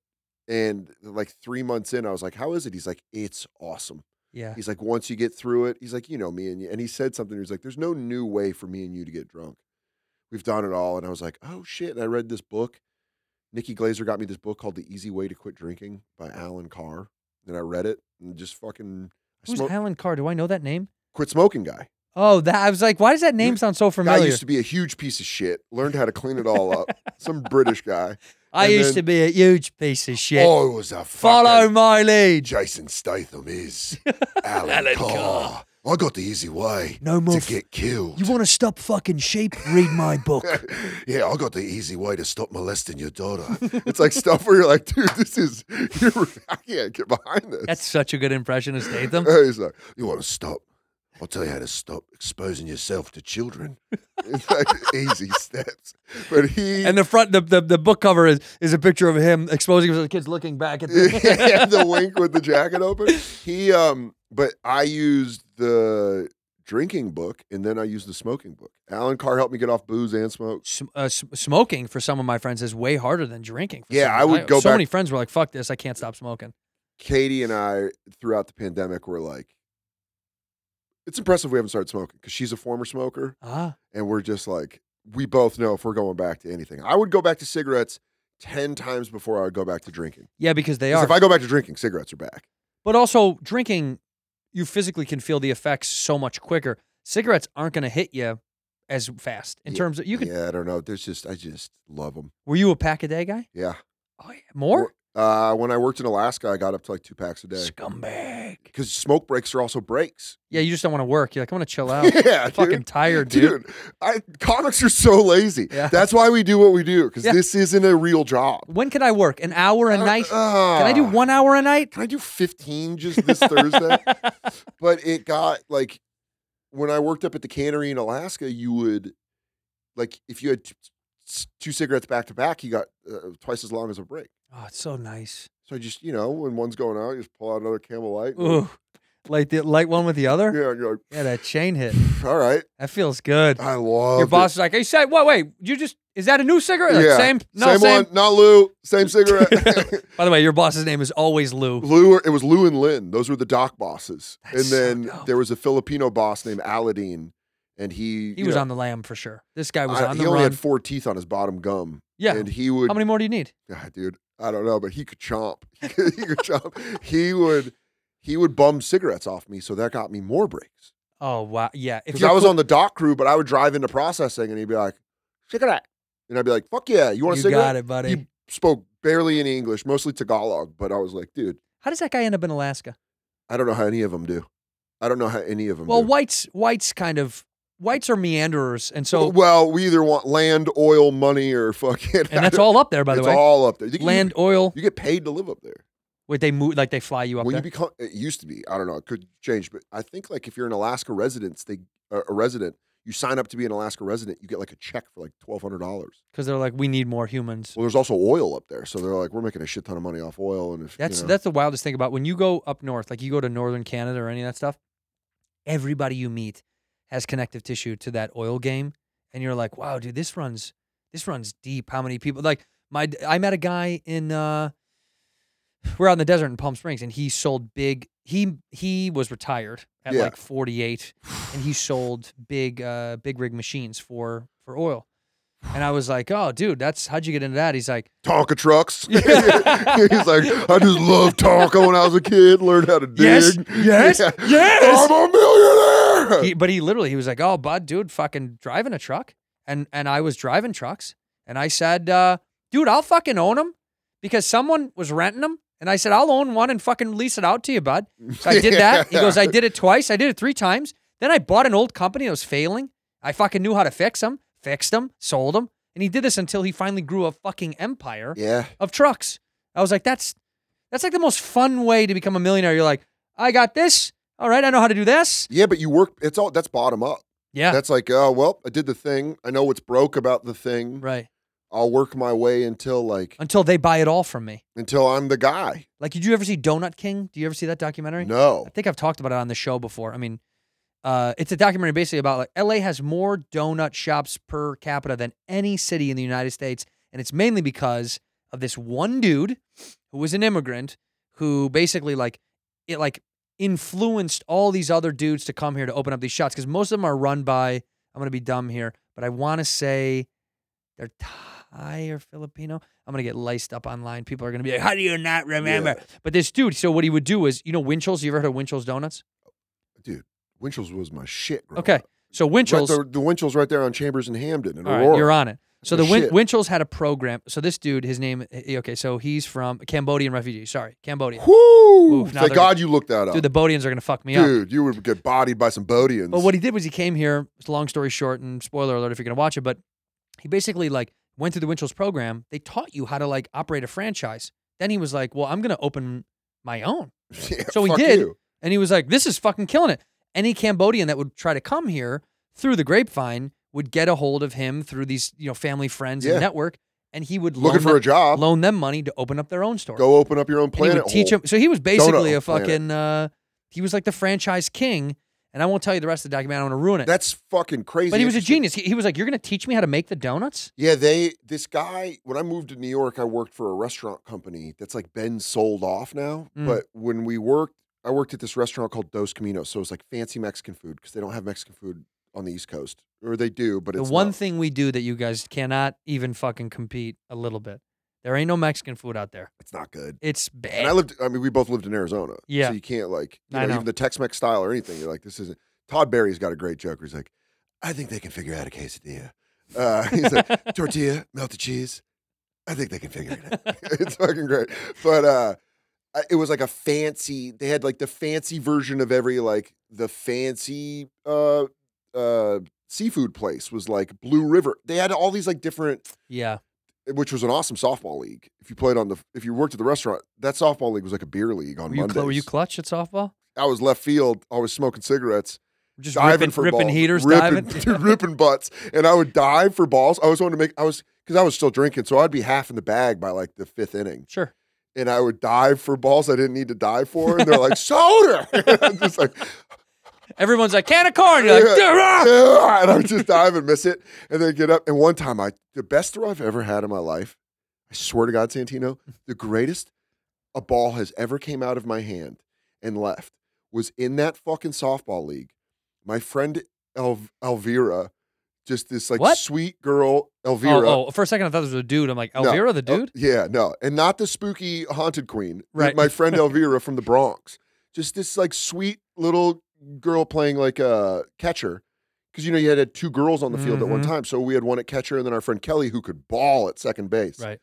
S9: And like three months in, I was like, How is it? He's like, It's awesome.
S1: Yeah.
S9: He's like, Once you get through it, he's like, You know me and you. And he said something. He was like, There's no new way for me and you to get drunk. We've done it all. And I was like, Oh shit. And I read this book. Nikki Glazer got me this book called The Easy Way to Quit Drinking by Alan Carr. And I read it and just fucking I
S1: Who's
S9: smoked,
S1: Alan Carr? Do I know that name?
S9: quit smoking guy.
S1: Oh, that I was like, why does that name
S9: You-
S1: sound so
S9: Guy
S1: familiar?
S9: used to be a huge piece of shit. Learned how to clean it all up. Some British guy.
S1: I
S9: and
S1: used
S9: then-
S1: to be a huge piece of shit.
S9: Oh, it was a
S1: Follow
S9: fucking-
S1: my lead.
S9: Jason Statham is Alan, Carr. I got the easy way
S1: No more.
S9: to
S1: f-
S9: get killed.
S1: you want to stop fucking sheep? Read my book.
S9: yeah, I got the easy way to stop molesting your daughter. it's like stuff where you're like, dude, this is you're, I can't get behind this.
S1: That's such a good impression of Statham.
S9: Uh, he's like, you want to stop? I'll tell you how to stop exposing yourself to children. It's like easy steps, but he
S1: And the front, the, the, the book cover is, is a picture of him exposing himself to kids looking back at the
S9: and the wink with the jacket open. He um but I used the drinking book and then I used the smoking book. Alan Carr helped me get off booze and smoke.
S1: Sm- uh, s- smoking for some of my friends is way harder than drinking. for
S9: Yeah,
S1: some.
S9: I would go
S1: So
S9: back-
S1: many friends were like, "Fuck this! I can't stop smoking."
S9: Katie and I throughout the pandemic were like it's impressive we haven't started smoking cuz she's a former smoker
S1: Ah,
S9: and we're just like we both know if we're going back to anything. I would go back to cigarettes 10 times before I would go back to drinking.
S1: yeah, because they
S9: 'Cause
S1: are.
S9: If I go back to drinking, cigarettes are back.
S1: but also, drinking, you physically can feel the effects so much quicker. Cigarettes aren't going to hit you as fast in
S9: Yeah,
S1: terms of you can.
S9: Yeah, I don't know. There's just I just love them.
S1: Were you a pack a day guy?
S9: Yeah.
S1: Oh yeah, more
S9: Uh, when I worked in Alaska, I got up to like two packs a day
S1: scumbag.
S9: because smoke breaks are also breaks.
S1: Yeah, you just don't want to work. You're like, I'm going to chill out.
S9: yeah,
S1: I'm Oh, fucking
S9: dude.
S1: tired, dude.
S9: Dude, I, comics are so lazy.
S1: Yeah.
S9: That's why we do what we do because
S1: Yeah.
S9: this isn't a real job.
S1: When can I work? An hour a
S9: Uh,
S1: night?
S9: uh,
S1: can I do one hour a night?
S9: Can I do fifteen just this Thursday? But it got like when I worked up at the cannery in Alaska, you would like if you had t- s- two cigarettes back to back, you got uh, twice as long as a break.
S1: Oh, it's so nice.
S9: So I just you know when one's going out, you just pull out another Camel Light. and-
S1: Ooh, like the light one with the other.
S9: Yeah, and you're like,
S1: Yeah, that chain hit.
S9: all right.
S1: That feels good.
S9: I love
S1: Your
S9: it.
S1: boss is like, "Hey, say what? Wait, you just is that a new cigarette? Like,
S9: Yeah.
S1: Same? No, same.
S9: one, not Lou. Same cigarette.
S1: By the way, your boss's name is always Lou.
S9: Lou, it was Lou and Lynn. Those were the doc bosses.
S1: That's so
S9: and then
S1: dope.
S9: there was a Filipino boss named Aladdin, and he
S1: He was on the lamb for sure. This guy was on
S9: he
S1: the
S9: only
S1: run.
S9: had four teeth on his bottom gum.
S1: yeah.
S9: and he would.
S1: How many more do you need?
S9: God, dude, I don't know, but he could chomp. he could chomp. He would. He would bum cigarettes off me, so that got me more breaks.
S1: Oh wow, yeah. If
S9: Because
S1: you're
S9: I was
S1: cool-
S9: on the dock crew, but I would drive into processing, and he'd be like, "Cigarette," and I'd be like, "Fuck yeah, you want a
S1: you
S9: cigarette?"
S1: got it, buddy.
S9: He spoke barely any English, mostly Tagalog, but I was like, dude,
S1: How does that guy end up in Alaska?
S9: I don't know how any of them do. I don't know how any of them
S1: Well,
S9: do.
S1: whites, whites kind of whites are meanderers, and so
S9: well, we either want land, oil, money, or fucking.
S1: and that's all up there. By the
S9: it's
S1: way,
S9: all up there. You-
S1: land, oil.
S9: You, get paid to live up there.
S1: Wait, they move like they fly you up
S9: when
S1: there.
S9: you become, it used to be. I don't know. It could change, but I think like if you're an Alaska residence, they uh, a resident, you sign up to be an Alaska resident, you get like a check for like twelve hundred dollars.
S1: because they're like, we need more humans.
S9: Well, there's also oil up there, so they're like, we're making a shit ton of money off oil, and if you
S1: That's
S9: know-
S1: that's the wildest thing about when you go up north, like you go to northern Canada or any of that stuff. Everybody you meet has connective tissue to that oil game, and you're like, wow, dude, this runs this runs deep. How many people? Like my, I met a guy in. uh we're out in the desert in Palm Springs, and he sold big. He he was retired at
S9: Yeah.
S1: like 48, and he sold big uh big rig machines for for oil. And I was like, oh, dude, that's how'd you get into that? He's like,
S9: Tonka trucks. He's like, I just loved Tonka when I was a kid. Learned how to dig.
S1: Yes, yes, yes.
S9: I'm a millionaire.
S1: he, but he literally he was like, "Oh, bud, dude, fucking driving a truck," and and I was driving trucks, and I said, uh, "Dude, I'll fucking own them," because someone was renting them, and I said, "I'll own one and fucking lease it out to you, bud." So I did that. He goes, "I did it twice. I did it three times. Then I bought an old company that was failing. I fucking knew how to fix them, fixed them, sold them, and he did this until he finally grew a fucking empire
S9: yeah.
S1: of trucks." I was like, "That's that's like the most fun way to become a millionaire." You're like, "I got this. All right, I know how to do this."
S9: Yeah, but you work. It's all that's bottom up.
S1: Yeah,
S9: That's like, oh well, I did the thing. I know what's broke about the thing.
S1: right.
S9: I'll work my way until like
S1: until they buy it all from me.
S9: until I'm the guy.
S1: Like, did you ever see Donut King? Do you ever see that documentary?
S9: No.
S1: I think I've talked about it on the show before. I mean, uh, it's a documentary basically about like LA has more donut shops per capita than any city in the United States, and it's mainly because of this one dude who was an immigrant who basically like it like influenced all these other dudes to come here to open up these shops because most of them are run by I'm gonna be dumb here, but I want to say they're Thai or Filipino. I'm gonna get laced up online. People are gonna be like, "How do you not remember?" But this dude, so what he would do is, you know, Winchell's. You ever heard of Winchell's Donuts?
S9: Winchell's was my shit. growing
S1: Okay,
S9: up.
S1: so
S9: Right
S1: Winchell's.
S9: there- the, Winchell's right there on Chambers and Hamden and
S1: All right,
S9: Aurora.
S1: you're on it. So the
S9: That's my
S1: Win-
S9: shit.
S1: Winchell's had a program. So this dude, his name, eh, okay, so he's from Cambodian refugee. Sorry, Cambodia.
S9: Woo!
S1: Oof, now
S9: Thank
S1: they're-
S9: God you looked that up,
S1: Dude, the Bodians are gonna fuck me up.
S9: Dude, you would get bodied by some Bodians.
S1: But what he did was he came here. It's a long story short, and spoiler alert if you're gonna watch it. But he basically like went through the Winchell's program. They taught you how to like operate a franchise. Then he was like, "Well, I'm gonna open my own."
S9: Yeah,
S1: So he
S9: Uh, fuck
S1: did,
S9: you.
S1: and he was like, "This is fucking killing it." Any Cambodian that would try to come here through the grapevine would get a hold of him through these you know family friends
S9: Yeah.
S1: and network, and he would
S9: looking
S1: loan
S9: for
S1: them,
S9: a job.
S1: loan them money to open up their own store.
S9: Go open up your own
S1: and he
S9: planet.
S1: would teach
S9: hole.
S1: him. So he was basically a
S9: Planet.
S1: fucking. Uh, he was like the franchise king, and I won't tell you the rest of the document. I don't want to ruin it.
S9: That's fucking crazy.
S1: But he was a
S9: interesting.
S1: genius. He, he was like, "You're going to teach me how to make the donuts."
S9: Yeah, they. This guy. When I moved to New York, I worked for a restaurant company that's like been sold off now.
S1: Mm.
S9: But when we worked, I worked at this restaurant called Dos Caminos. So it's like fancy Mexican food because they don't have Mexican food on the East Coast, or they do, but
S1: The
S9: it's
S1: one
S9: not-
S1: thing we do that you guys cannot even fucking compete a little bit. There ain't no Mexican food out there.
S9: It's not good.
S1: It's bad.
S9: And I lived. I mean, we both lived in Arizona.
S1: Yeah.
S9: So you can't like you
S1: I
S9: know,
S1: know.
S9: even the Tex-Mex style or anything. You're like, this isn't. Todd Berry's got a great joke. Where he's like, I think they can figure out a quesadilla. Uh, he's like, tortilla, melted cheese. I think they can figure it out. it's fucking great. But uh, I- it was like a fancy. They had like the fancy version of every like the fancy uh uh seafood place was like Blue River. They had all these like different
S1: yeah,
S9: which was an awesome softball league. If you played on the, if you worked at the restaurant, that softball league was like a beer league on
S1: were you,
S9: Mondays.
S1: cl- were you clutch at softball?
S9: I was left field. I was smoking cigarettes,
S1: Just
S9: diving
S1: ripping,
S9: for
S1: ripping
S9: balls,
S1: heaters,
S9: ripping,
S1: diving.
S9: dude, ripping butts, and I would dive for balls. I was wanting to make, I was because I was still drinking, so I'd be half in the bag by like the fifth inning,
S1: sure.
S9: and I would dive for balls I didn't need to dive for, and they're like soda, and I'm just like,
S1: Everyone's like, "Can of corn." You're like, "Duh, rah!"
S9: "Yeah," and I would just dive and miss it, and then get up. And one time, I the best throw I've ever had in my life. I swear to God, Santino, the greatest a ball has ever came out of my hand and left was in that fucking softball league. My friend Elv Elvira, just this like
S1: What?
S9: sweet girl, Elvira.
S1: Oh, oh, for a second I thought this was a dude. I'm like,
S9: No. Oh.
S1: "Elvira, the
S9: El-
S1: dude."
S9: yeah, no, and not the spooky haunted queen. the-
S1: Right.
S9: my friend Elvira from the Bronx. Just this like sweet little girl playing like a catcher, because you know you had, had two girls on the field at one
S1: Mhm.
S9: time. So we had one at catcher, and then our friend Kelly who could ball at second base.
S1: Right.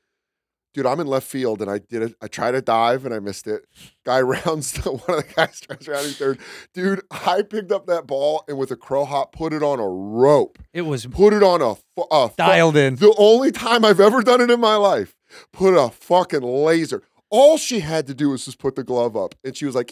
S9: Dude, I'm in left field, and I did it. I tried to dive, and I missed it. Guy rounds the, one of the guys tries rounding third. Dude, I picked up that ball and with a crow hop put it on a rope,
S1: It was
S9: put it on a, fu- a fu-
S1: dialed in.
S9: the only time I've ever done it in my life. Put a fucking laser. All she had to do was just put the glove up, and she was like,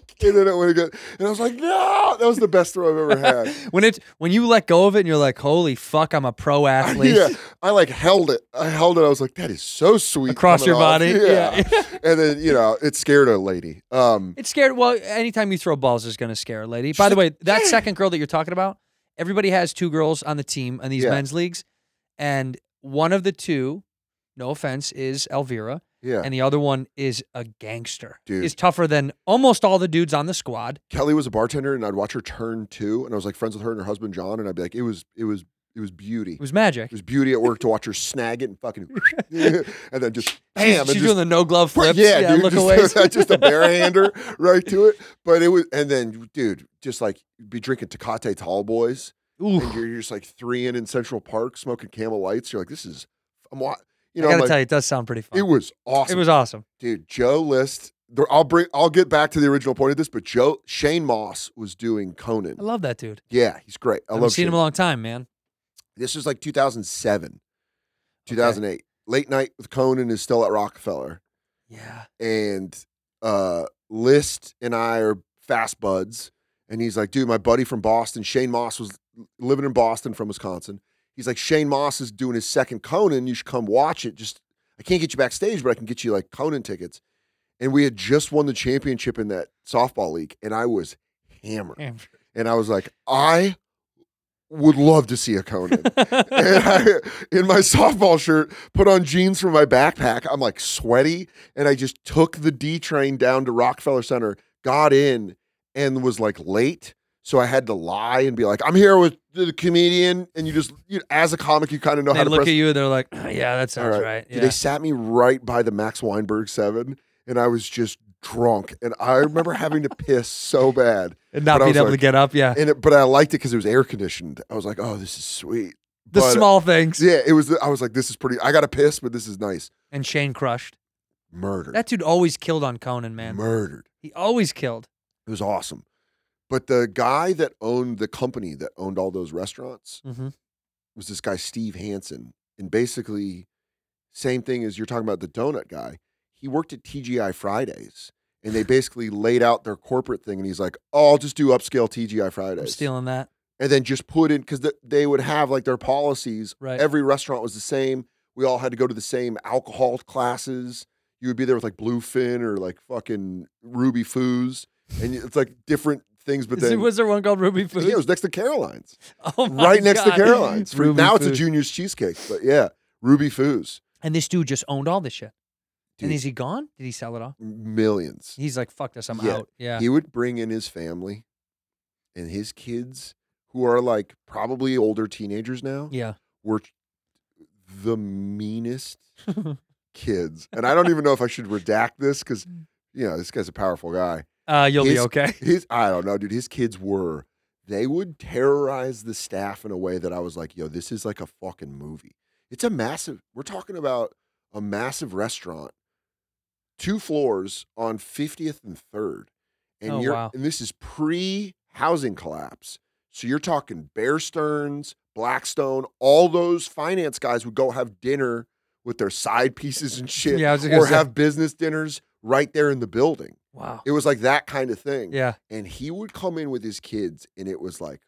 S9: "Eek!" And then it went again, and I was like, "No!" That was the best throw I've ever had.
S1: when it when you let go of it and you're like, holy fuck, I'm a pro athlete.
S9: Yeah, I like held it. I held it. I was like, "That is so sweet."
S1: Across
S9: coming
S1: your
S9: off."
S1: body,
S9: and then you know, it scared a lady. Um,
S1: It scared. Well, anytime you throw balls is going to scare a lady. By the way, that second girl that you're talking about, everybody has two girls on the team in these
S9: Yeah.
S1: men's leagues, and one of the two, no offense, is Elvira,
S9: yeah,
S1: and the other one is a gangster.
S9: Dude.
S1: Is tougher than almost all the dudes on the squad.
S9: Kelly was a bartender, and I'd watch her turn two, and I was like friends with her and her husband John, and I'd be like, "It was, it was, it was beauty."
S1: It was magic.
S9: It was beauty at work to watch her snag it and fucking, and then just bam.
S1: She's,
S9: and
S1: she's
S9: just,
S1: doing the no glove flips.
S9: Yeah, dude,
S1: look
S9: just,
S1: away.
S9: just a barehander right to it. But it was, and then, dude, just like be drinking Tecate Tall Boys, and
S1: Ooh,
S9: you're just like three in in Central Park smoking Camel Lights. You're like, this is, I'm, wa-
S1: I
S9: you know,
S1: gotta
S9: I'm like,
S1: tell you, it does sound pretty fun.
S9: it was awesome,
S1: It was awesome.
S9: dude. Joe List. there- I'll bring. I'll get back to the original point of this, but Joe Shane Moss was doing Conan.
S1: I love that dude.
S9: Yeah, he's great. I
S1: I haven't
S9: love
S1: seen
S9: Shane
S1: him in a long time, man.
S9: This was like 2007, 2008. Late night with Conan is still at Rockefeller,
S1: Yeah.
S9: and uh, List and I are fast buds. And he's like, dude, my buddy from Boston, Shane Moss, was living in Boston from Wisconsin. He's like, Shane Moss is doing his second Conan. You should come watch it. Just I can't get you backstage, but I can get you like Conan tickets. And we had just won the championship in that softball league, and I was hammered.
S1: Damn.
S9: And I was like, I would love to see a Conan. and I, in my softball shirt, put on jeans from my backpack. I'm like sweaty. And I just took the D train down to Rockefeller Center, got in, and was like late. So I had to lie and be like, I'm here with the comedian. And you just, you, as a comic, you kind of know
S1: They
S9: how to
S1: look
S9: press
S1: at you and they're like, "Oh, yeah, that sounds right.
S9: Dude,
S1: Yeah.
S9: They sat me right by the Max Weinberg seven, and I was just drunk. And I remember having to piss so bad.
S1: and not
S9: but I
S1: being
S9: was
S1: able to
S9: like-
S1: get up. Yeah.
S9: And it, but I liked it because it was air conditioned. I was like, oh, this is sweet.
S1: The
S9: but- uh,
S1: small things.
S9: Yeah, it was. the- I was like, this is pretty. I got to piss, but this is nice.
S1: And Shane crushed.
S9: Murdered.
S1: That dude always killed on Conan, man.
S9: Murdered.
S1: He always killed.
S9: It was awesome. But the guy that owned the company that owned all those restaurants
S1: Mhm.
S9: was this guy Steve Hansen, and basically, same thing as you're talking about the donut guy. He worked at TGI Fridays, and they basically laid out their corporate thing, and he's like, "Oh, I'll just do upscale TGI
S1: I'm
S9: Fridays."
S1: stealing that.
S9: and then just put in because they would have like their policies.
S1: Right.
S9: Every restaurant was the same. We all had to go to the same alcohol classes. You would be there with like Bluefin or like fucking Ruby Foos, and it's like different things. But
S1: Is it-
S9: then
S1: was there one called Ruby
S9: yeah,
S1: Food?
S9: it was next to Caroline's,
S1: oh my
S9: right next to
S1: God.
S9: Caroline's. For,
S1: Ruby
S9: now
S1: Food.
S9: it's a Junior's cheesecake, but yeah, Ruby Foos,
S1: And this dude just owned all this shit.
S9: Dude.
S1: And is he gone? Did he sell it all?
S9: 1000000s
S1: He's like, fuck this, I'm
S9: Yeah.
S1: out. Yeah.
S9: He would bring in his family and his kids, who are like probably older teenagers now.
S1: yeah.
S9: were the meanest kids. And I don't even know if I should redact this because,
S1: Mm.
S9: you know, this guy's a powerful guy.
S1: Uh, you'll be
S9: His-
S1: okay.
S9: His, I don't know, dude. His kids were, they would terrorize the staff in a way that I was like, yo, this is like a fucking movie. It's a massive, we're talking about a massive restaurant, two floors on 50th and 3rd. And
S1: Oh,
S9: you're,
S1: wow.
S9: and this is pre housing collapse. So you're talking Bear Stearns, Blackstone, all those finance guys would go have dinner with their side pieces and shit
S1: Yeah, I was just gonna
S9: or
S1: say.
S9: have business dinners right there in the building.
S1: Wow.
S9: It was like that kind of thing.
S1: Yeah.
S9: And he would come in with his kids, and it was like,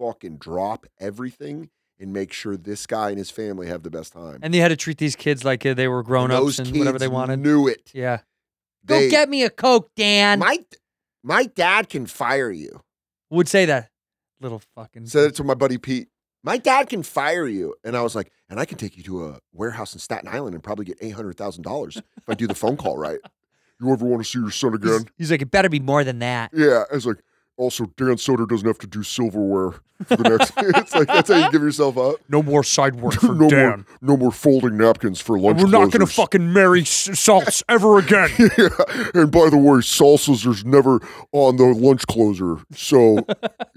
S9: fucking drop everything and make sure this guy and his family have the best time.
S1: And they had to treat these kids like uh, they were grown ups
S9: those
S1: and whatever
S9: kids
S1: they wanted.
S9: Knew it.
S1: Yeah.
S9: They-
S1: Go get me a Coke, Dan.
S9: my my dad can fire you.
S1: Mm-hmm. Would say that. Little fucking.
S9: Said it to my buddy Pete. My dad can fire you, and I was like, and I can take you to a warehouse in Staten Island and probably get eight hundred thousand dollars if I do the phone call right. You ever want to see your son
S1: he's,
S9: again?
S1: he's like, it better be more than that.
S9: Yeah, it's like also Dan Soder doesn't have to do silverware for the next. it's like that's how you give yourself up.
S1: No more side work for
S9: no
S1: Dan.
S9: more, no more folding napkins for lunch.
S1: We're not going to
S9: closers.
S1: fucking marry S- Salts ever again.
S9: Yeah, and by the way, salsas are never on the lunch closer, so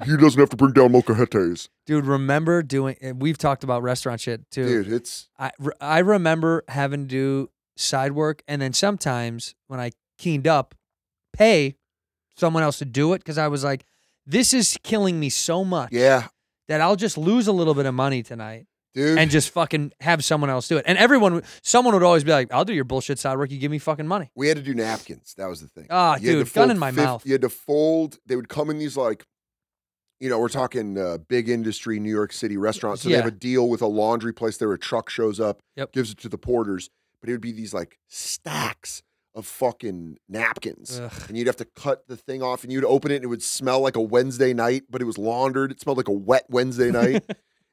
S9: he doesn't have to bring down mocajetes.
S1: Dude, remember doing, and we've talked about restaurant shit too.
S9: Dude, it's
S1: I, re- I remember having to do side work and then sometimes when I cleaned up, pay someone else to do it because I was like, this is killing me so much
S9: yeah,
S1: that I'll just lose a little bit of money tonight
S9: dude.
S1: and just fucking have someone else do it. And everyone, would- someone would always be like, "I'll do your bullshit side work. You give me fucking money."
S9: we had to do napkins. That was the thing.
S1: Ah,
S9: You had to
S1: dude, gun
S9: fold
S1: in my mouth.
S9: You had to fold. They would come in these like, you know, we're talking uh, big industry, New York City restaurants. So they have
S1: Yeah.
S9: a deal with a laundry place there. A truck shows up,
S1: Yep.
S9: gives it to the porters, but it would be these like stacks of fucking napkins,
S1: Ugh.
S9: and you'd have to cut the thing off, and you'd open it, and it would smell like a Wednesday night, but it was laundered. It smelled like a wet Wednesday night,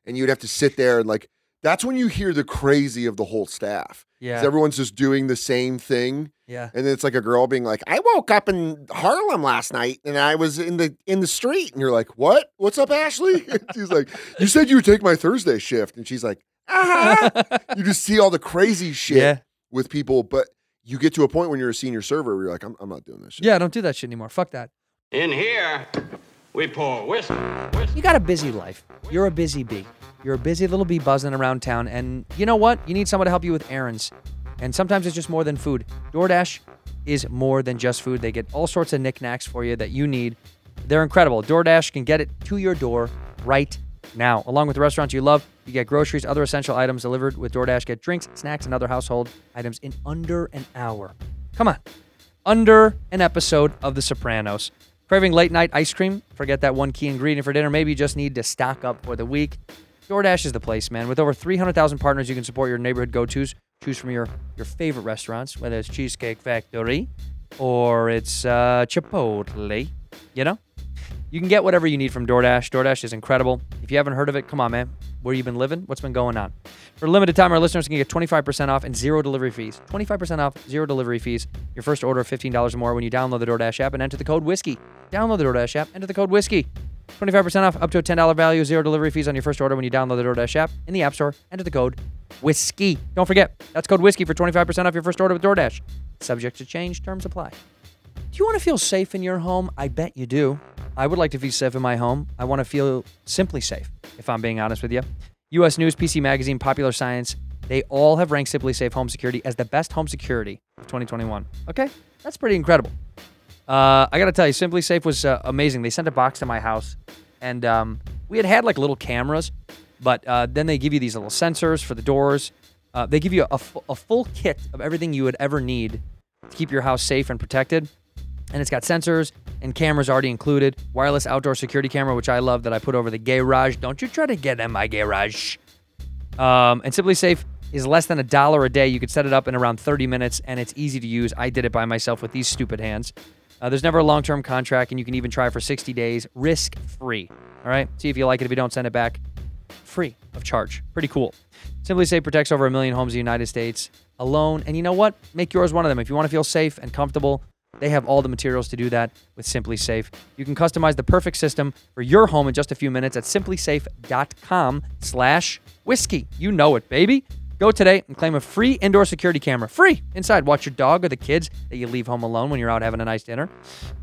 S9: and you'd have to sit there and like. That's when you hear the crazy of the whole staff. 'Cause
S1: Yeah,
S9: Everyone's just doing the same thing.
S1: yeah.
S9: And then it's like a girl being like, "I woke up in Harlem last night, and I was in the in the street." And you're like, "What? What's up, Ashley?" And she's like, "You said you would take my Thursday shift," and she's like, "Ah!" you just see all the crazy shit
S1: Yeah.
S9: with people, but you get to a point when you're a senior server where you're like, "I'm, I'm not doing this shit."
S1: Yeah, don't do that shit anymore. Fuck that.
S2: In here, we pour whiskey, whiskey.
S1: You got a busy life. You're a busy bee. You're a busy little bee buzzing around town. And you know what? You need someone to help you with errands. And sometimes it's just more than food. DoorDash is more than just food. They get all sorts of knickknacks for you that you need. They're incredible. DoorDash can get it to your door right now. Along with the restaurants you love, you get groceries, other essential items delivered with DoorDash. Get drinks, snacks, and other household items in under an hour. Come on under an episode of The Sopranos. Craving late night ice cream? Forget that one key ingredient for dinner. Maybe you just need to stock up for the week. DoorDash is the place, man. With over 300,000 partners, you can support your neighborhood go tos. Choose from your, your favorite restaurants, whether it's Cheesecake Factory or it's uh, Chipotle. You know? You can get whatever you need from DoorDash. DoorDash is incredible. If you haven't heard of it, come on, man. Where you been living? What's been going on? For a limited time, our listeners can get 25% off and zero delivery fees. 25% off, zero delivery fees. Your first order of $15 or more when you download the DoorDash app and enter the code WHISKEY. Download the DoorDash app, enter the code WHISKEY. 25% off, up to a $10 value, zero delivery fees on your first order when you download the DoorDash app in the App Store. Enter the code WHISKEY. Don't forget, that's code WHISKEY for 25% off your first order with DoorDash. Subject to change, terms apply. Do you want to feel safe in your home? I bet you do. I would like to feel safe in my home. I want to feel simply safe, if I'm being honest with you. US News, PC Magazine, Popular Science, they all have ranked Simply Safe Home Security as the best home security of 2021. Okay? That's pretty incredible. Uh, I got to tell you, Simply Safe was uh, amazing. They sent a box to my house, and um, we had had like little cameras, but uh, then they give you these little sensors for the doors. Uh, they give you a, fu- a full kit of everything you would ever need to keep your house safe and protected and it's got sensors and cameras already included. Wireless outdoor security camera, which I love that I put over the garage. Don't you try to get in my garage. Um, and Simply Safe is less than a dollar a day. You could set it up in around 30 minutes, and it's easy to use. I did it by myself with these stupid hands. Uh, there's never a long term contract, and you can even try for 60 days risk free. All right, see if you like it. If you don't, send it back free of charge. Pretty cool. Simply Safe protects over a million homes in the United States alone. And you know what? Make yours one of them. If you want to feel safe and comfortable, they have all the materials to do that with Simply Safe. You can customize the perfect system for your home in just a few minutes at simplysafe.com slash whiskey. You know it, baby. Go today and claim a free indoor security camera. Free inside. Watch your dog or the kids that you leave home alone when you're out having a nice dinner.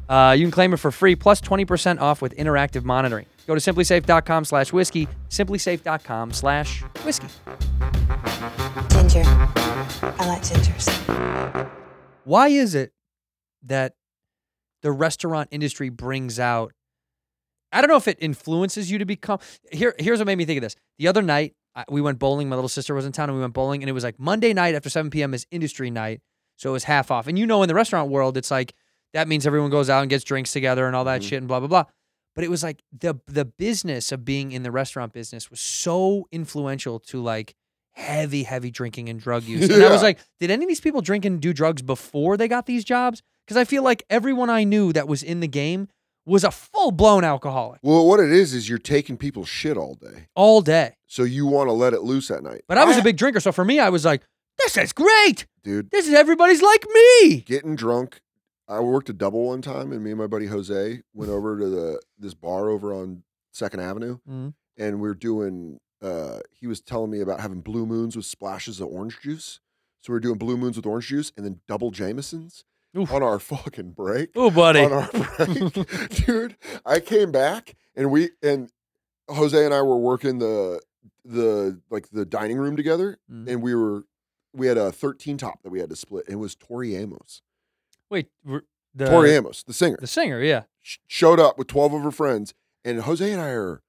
S1: Uh, you can claim it for free plus 20% off with interactive monitoring. Go to simplysafe.com slash whiskey, simplysafe.com slash whiskey.
S8: Ginger. I like gingers.
S1: Why is it that the restaurant industry brings out I don't know if it influences you to become here here's what made me think of this. The other night I, we went bowling, my little sister was in town and we went bowling and it was like Monday night after 7 p.m. is industry night. So it was half off. And you know in the restaurant world it's like that means everyone goes out and gets drinks together and all
S9: Mm-hmm.
S1: that shit and blah blah blah. But it was like the the business of being in the restaurant business was so influential to like heavy heavy drinking and drug use. And I was
S9: Yeah.
S1: like, did any of these people drink and do drugs before they got these jobs? Cuz I feel like everyone I knew that was in the game was a full-blown alcoholic
S9: Well, what it is is you're taking people's shit all day,
S1: all day.
S9: so you want to let it loose at night.
S1: But I was a big drinker, so for me I was like, this is great.
S9: dude.
S1: This is everybody's like me.
S9: getting drunk. I worked a double one time, and me and my buddy Jose went over to the this bar over on Second Avenue,
S1: Mhm.
S9: and we are doing. Uh, he was telling me about having blue moons with splashes of orange juice. So we are doing blue moons with orange juice, and then double Jamesons
S1: Oof.
S9: on our fucking break.
S1: Oh, buddy.
S9: On our break, dude. I came back, and we and Jose and I were working the the like the dining room together,
S1: Mm.
S9: and we were we had a thirteen top that we had to split, and it was Tori Amos.
S1: Wait, r- Uh, the
S9: Tori Amos, the singer,
S1: the singer, yeah.
S9: sh- showed up with 12 of her friends, and Jose and I are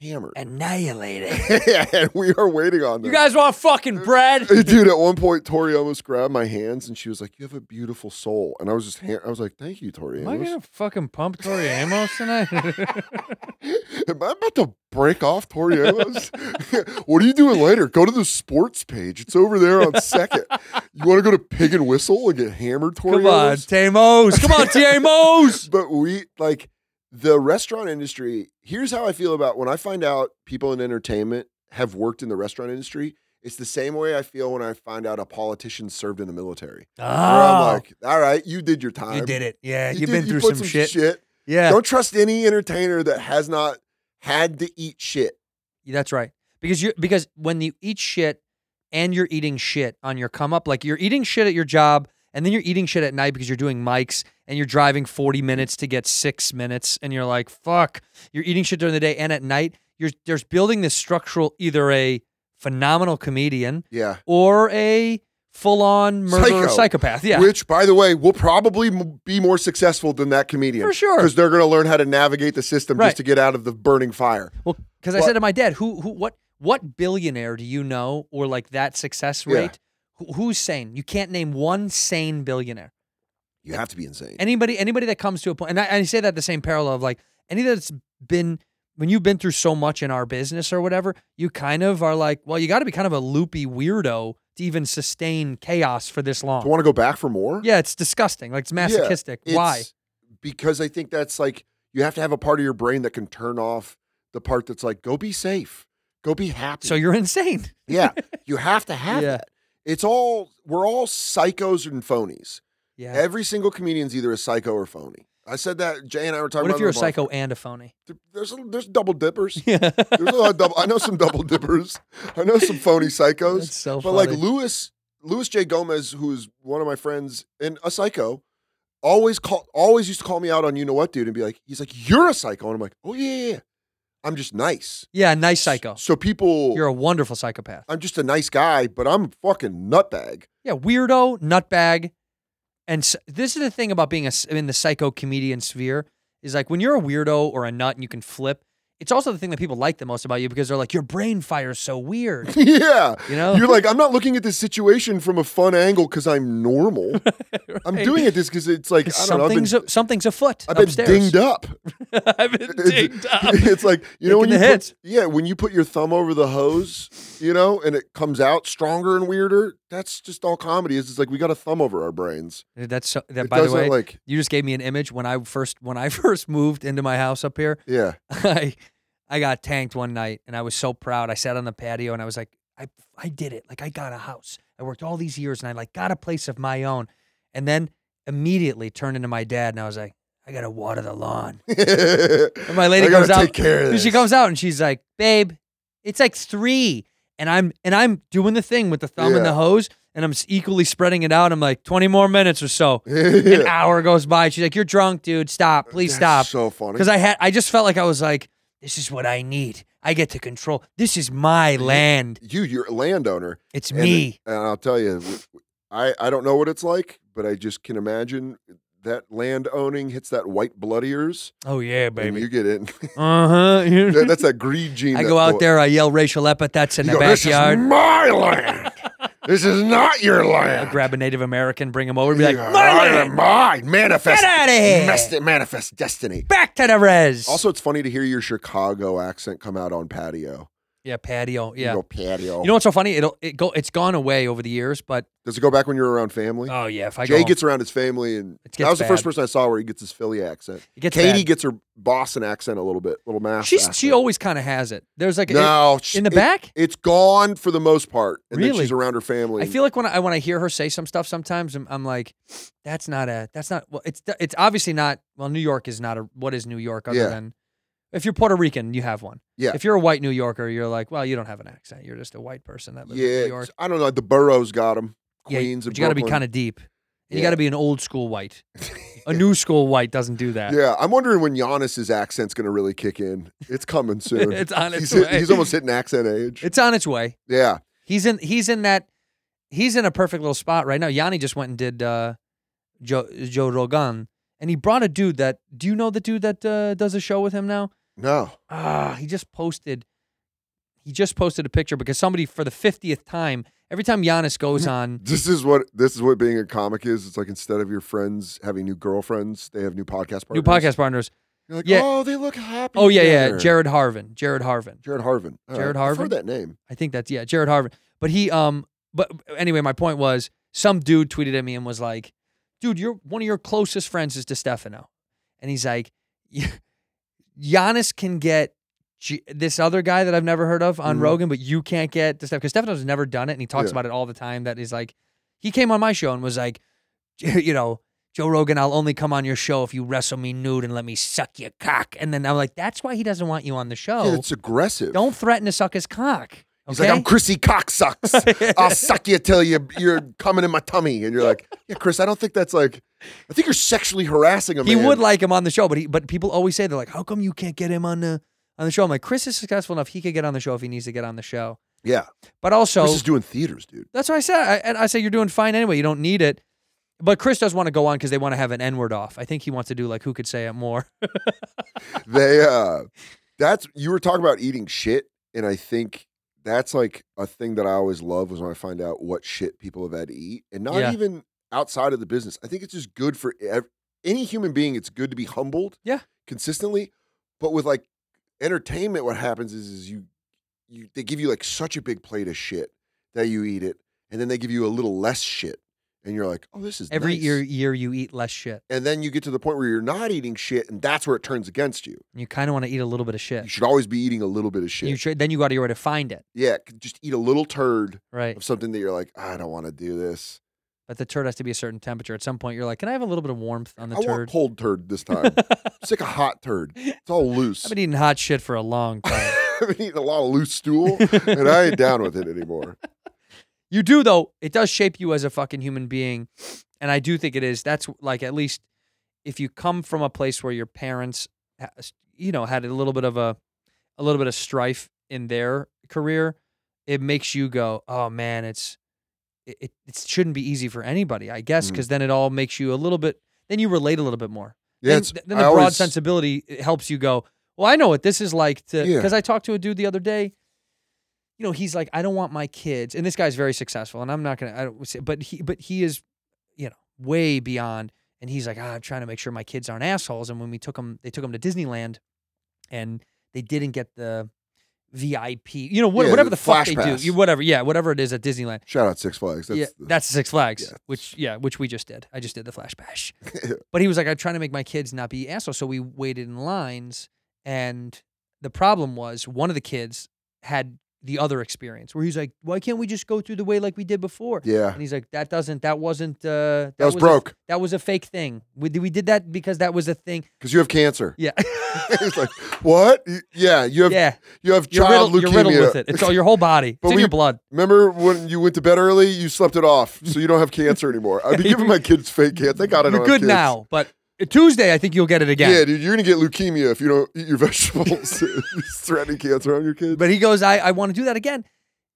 S9: hammered.
S1: Annihilated.
S9: and we are waiting on them.
S1: You guys want fucking bread?
S9: Dude, at one point, Tori almost grabbed my hands and she was like, "You have a beautiful soul," and I was just, ha- I was like, "Thank you, Tori."
S1: Am I
S9: Amos."
S1: gonna fucking pump Tori Amos tonight?
S9: Am I about to break off Tori Amos? what are you doing later? Go to the sports page. It's over there on second. You want to go to Pig and Whistle and get hammered, Tori
S1: Come on,
S9: Amos?
S1: Tamos. Come on, Tamos.
S9: But we like the restaurant industry. Here's how I feel about when I find out people in entertainment have worked in the restaurant industry. It's the same way I feel when I find out a politician served in the military. Where I'm
S1: Oh,
S9: like, all right, you did your time.
S1: you did it. Yeah, you
S9: You
S1: have
S9: did-
S1: been
S9: you
S1: through
S9: put
S1: some, shit. Yeah,
S9: Don't trust any entertainer that has not had to eat shit.
S1: that's right. Because you because when you eat shit and you're eating shit on your come up, like you're eating shit at your job. And then you're eating shit at night because you're doing mics and you're driving 40 minutes to get six minutes. And you're like, fuck, you're eating shit during the day and at night. You're there's building this structural, either a phenomenal comedian
S9: Yeah.
S1: or a full on murderer
S9: Psycho.
S1: psychopath. Yeah.
S9: Which, by the way, will probably m- be more successful than that comedian.
S1: For sure.
S9: Because they're going to learn how to navigate the system
S1: Right.
S9: just to get out of the burning fire.
S1: Well, because I
S9: But-
S1: said to my dad, who, who, what, what billionaire do you know or like that success
S9: Yeah.
S1: rate? Who, who's sane? You can't name one sane billionaire.
S9: You have to be insane.
S1: Anybody, anybody that comes to a point, and I, I say that the same parallel of like any that's been when you've been through so much in our business or whatever, you kind of are like, well, you got to be kind of a loopy weirdo to even sustain chaos for this long.
S9: Do you want to go back for more?
S1: Yeah, it's disgusting. Like it's
S9: Yeah,
S1: masochistic.
S9: it's-
S1: Why?
S9: Because I think that's like, you have to have a part of your brain that can turn off the part that's like, go be safe, go be happy.
S1: So you're insane.
S9: yeah. You have to have
S1: Yeah.
S9: that. It's all, we're all psychos and phonies.
S1: Yeah.
S9: Every single comedian's either a psycho or phony. I said that. Jay and I were talking
S1: what
S9: about
S1: if you're a
S9: it on the
S1: psycho and a phony?
S9: bar. There's, there's double dippers. There's a lot of double. I know some double dippers. I know some phony psychos.
S1: That's so
S9: but like
S1: funny.
S9: Louis, Louis J. Gomez, who's one of my friends and a psycho, always call, always used to call me out on you know what, dude, and be like, he's like, you're a psycho, and I'm like, oh yeah, yeah, yeah. I'm just nice.
S1: Yeah, nice psycho.
S9: So people,
S1: Oh. You're a wonderful psychopath.
S9: I'm just a nice guy, but I'm a fucking nutbag.
S1: Yeah, weirdo, nutbag. And s this is the thing about being a, s- in the psycho comedian sphere is like when you're a weirdo or a nut and you can flip, it's also the thing that people like the most about you because they're like, your brain fires so weird.
S9: yeah.
S1: You know?
S9: You're like, I'm not looking at this situation from a fun angle because I'm normal. I'm doing it this because it's like, I don't know. I've been,
S1: something's, a, something's afoot.
S9: I've been
S1: upstairs.
S9: dinged up.
S1: I've been
S9: It's-
S1: dinged up.
S9: It's like you know when
S1: Taking
S9: you
S1: uh, the
S9: put-
S1: hits.
S9: yeah when you put your thumb over the hose, you know, and it comes out stronger and weirder. That's just all comedy. Is it's like we got a thumb over our brains.
S1: Dude, That's so, that,
S9: It
S1: by the
S9: doesn't,
S1: way,
S9: like-
S1: you just gave me an image when I first when I first moved into my house up here.
S9: Yeah,
S1: I I got tanked one night and I was so proud. I sat on the patio and I was like, I I did it. Like I got a house. I worked all these years and I like got a place of my own. And then immediately turned into my dad and I was like, I gotta water the lawn. And my lady
S9: I gotta
S1: comes out.
S9: take care of this.
S1: She comes out and she's like, Babe, it's like three. And I'm and I'm doing the thing with the thumb and
S9: Yeah.
S1: the hose, and I'm s- equally spreading it out. I'm like, 20 more minutes or so. An
S9: Yeah.
S1: hour goes by. She's like, You're drunk, dude. Stop. Please
S9: That's
S1: stop
S9: So funny.
S1: because I had I just felt like I was like, this is what I need. I get to control. This is my land.
S9: you, you're a landowner.
S1: It's
S9: And-
S1: me.
S9: And, I'll tell you, I I don't know what it's like, but I just can imagine that land owning hits that white blood ears,
S1: oh yeah,
S9: and
S1: baby.
S9: you get in.
S1: Uh
S9: That-
S1: huh.
S9: that's that greed gene.
S1: I
S9: that
S1: go out
S9: boy-
S1: there. I yell racial epithets in
S9: You
S1: the
S9: go, this is
S1: backyard.
S9: my land. this is not your
S1: I
S9: land.
S1: grab a Native American, bring him over, be like,
S9: Yeah,
S1: my
S9: I
S1: land.
S9: am mine. Manifest.
S1: Get outta here.
S9: Manifest, manifest destiny.
S1: back to the res.
S9: Also, it's funny to hear your Chicago accent come out on patio.
S1: yeah, patio. Yeah. You,
S9: You go patio.
S1: know what's so funny? It'll it go. It's gone away over the years, but
S9: Does it go back when you're around family?
S1: oh yeah, if I
S9: Jay
S1: go,
S9: gets around his family, and
S1: It gets
S9: that was the first
S1: bad.
S9: person I saw where he gets his Philly accent.
S1: It gets
S9: Katie
S1: bad.
S9: gets her Boston accent a little bit, little mass.
S1: she's she
S9: accent.
S1: always kind of has it. There's like
S9: no
S1: it,
S9: sh-
S1: in the
S9: it-
S1: back.
S9: It's gone for the most part, and then
S1: Really?
S9: she's around her family.
S1: I feel like when I when I hear her say some stuff, sometimes I'm, I'm like, that's not a that's not well, it's it's obviously not. Well, New York is not a what is New York other
S9: Yeah.
S1: than if you're Puerto Rican, you have one.
S9: Yeah.
S1: If you're a white New Yorker, you're like, well, you don't have an accent. You're just a white person that lives in
S9: yeah,
S1: New York.
S9: I don't know. The boroughs got him.
S1: Yeah,
S9: Queens and
S1: but you got to be
S9: Brooklyn.
S1: kind of deep. And You
S9: Yeah.
S1: got to be an old school white. a new school white doesn't do that.
S9: Yeah, I'm wondering when Giannis's accent's going to really kick in. It's coming soon.
S1: It's on its
S9: he's, hit-
S1: way.
S9: he's almost hitting accent age.
S1: It's on its way.
S9: yeah,
S1: He's in he's in that he's in a perfect little spot right now. Yanni just went and did uh, Joe Joe Rogan, and he brought a dude that. Do you know the dude that uh, does a show with him now?
S9: No.
S1: ah, he just posted. He just posted a picture because somebody for the fiftieth time. Every time Giannis goes on,
S9: This is what this is what being a comic is. It's like instead of your friends having new girlfriends, they have new podcast partners.
S1: new podcast partners.
S9: You're like,
S1: Yeah.
S9: oh, they look happy.
S1: Oh yeah, yeah,
S9: together."
S1: Jared Harvin. Jared Harvin.
S9: Jared Harvin. All
S1: Jared Harvin?
S9: I've heard that name.
S1: I think that's yeah, Jared Harvin. But he um but anyway, my point was some dude tweeted at me and was like, "Dude, you're one of your closest friends is DeStefano." And he's like, "Y- "Giannis can get G- this other guy that I've never heard of on
S9: Mhm.
S1: Rogan, but you can't get DeStefano because Stefano's never done it and he talks
S9: Yeah.
S1: about it all the time that he's like he came on my show and was like, you know, Joe Rogan, I'll only come on your show if you wrestle me nude and let me suck your cock. And then I'm like, that's why he doesn't want you on the show.
S9: Yeah, it's aggressive.
S1: Don't threaten to suck his cock. Okay?
S9: He's like, I'm Chrissy Cocksucks. I'll suck you till you, you're coming in my tummy. And you're like, yeah, Chris, I don't think that's like, I think you're sexually harassing him.
S1: he would like him on the show, but he, but people always say they're like, how come you can't get him on the on the show? I'm like, Chris is successful enough; he could get on the show if he needs to get on the show.
S9: Yeah.
S1: But also,
S9: Chris is doing theaters, dude.
S1: that's what I said, I, and I say you're doing fine anyway. You don't need it. But Chris does want to go on because they want to have an N word off. I think he wants to do like who could say it more.
S9: They, uh, that's, you were talking about eating shit. And I think that's like a thing that I always love was when I find out what shit people have had to eat and not
S1: Yeah.
S9: even outside of the business. I think it's just good for ev- any human being. It's good to be humbled.
S1: Yeah.
S9: Consistently. But with like entertainment, what happens is, is you, you, they give you like such a big plate of shit that you eat it, and then they give you a little less shit, and you're like, oh, this is
S1: Every
S9: nice.
S1: year, year you eat less shit.
S9: And then you get to the point where you're not eating shit, and that's where it turns against you.
S1: You kind of want to eat a little bit of shit.
S9: You should always be eating a little bit of shit.
S1: You should, then you got to where to find it,
S9: yeah, c- just eat a little turd
S1: right?
S9: of something that you're like, I don't want to do this.
S1: But the turd has to be a certain temperature. At some point, you're like, can I have a little bit of warmth on the
S9: I
S1: turd?
S9: want cold turd this time. Sick of hot turd. It's all loose.
S1: I've been eating hot shit for a long time.
S9: I've been eating a lot of loose stool, and I ain't down with it anymore.
S1: You do though. It does shape you as a fucking human being, and I do think it is. That's like at least if you come from a place where your parents, ha- you know, had a little bit of a, a little bit of strife in their career, it makes you go, oh man, it's, it, it, it shouldn't be easy for anybody, I guess,
S9: Mhm.
S1: because then it all makes you a little bit. Then you relate a little bit more.
S9: Yeah,
S1: then,
S9: it's,
S1: th- then
S9: I
S1: the broad
S9: always-
S1: sensibility it helps you go. Well, I know what this is like to
S9: Yeah.
S1: because I talked to a dude the other day. You know, he's like, I don't want my kids, and this guy's very successful, and I'm not gonna. I don't say, but he, but he is, you know, way beyond. And he's like, ah, I'm trying to make sure my kids aren't assholes. And when we took them, they took them to Disneyland, and they didn't get the VIP. You know, what,
S9: Yeah,
S1: whatever
S9: the
S1: the fuck they
S9: flash
S1: do,
S9: pass.
S1: you whatever, yeah, whatever it is at Disneyland.
S9: Shout out Six Flags. That's,
S1: yeah,
S9: the-
S1: that's Six Flags,
S9: yeah.
S1: which yeah, which we just did. I just did the flash bash. but he was like, I'm trying to make my kids not be assholes, so we waited in lines, and the problem was one of the kids had the other experience where he's like, why can't we just go through the way like we did before?
S9: yeah.
S1: And he's like, that doesn't, that wasn't, uh, that,
S9: That was
S1: a-
S9: broke
S1: that was a fake thing. We did, we did that because that was a thing.
S9: because you have cancer.
S1: Yeah,
S9: He's like, what? Y- Yeah, you have
S1: yeah.
S9: you have
S1: You're
S9: child
S1: riddled, you're
S9: leukemia.
S1: riddled with it. It's all your whole body.
S9: But
S1: it's in
S9: we-
S1: your blood.
S9: Remember when you went to bed early? You slept it off, so you don't have cancer anymore. I'd be giving my kids fake cancer. Thank God I don't
S1: You're
S9: have
S1: good
S9: kids.
S1: now, but Tuesday I think you'll get it again.
S9: Yeah, dude, you're gonna get leukemia if you don't eat your vegetables. It's threatening cancer on your kids.
S1: But he goes, I, I want to do that again.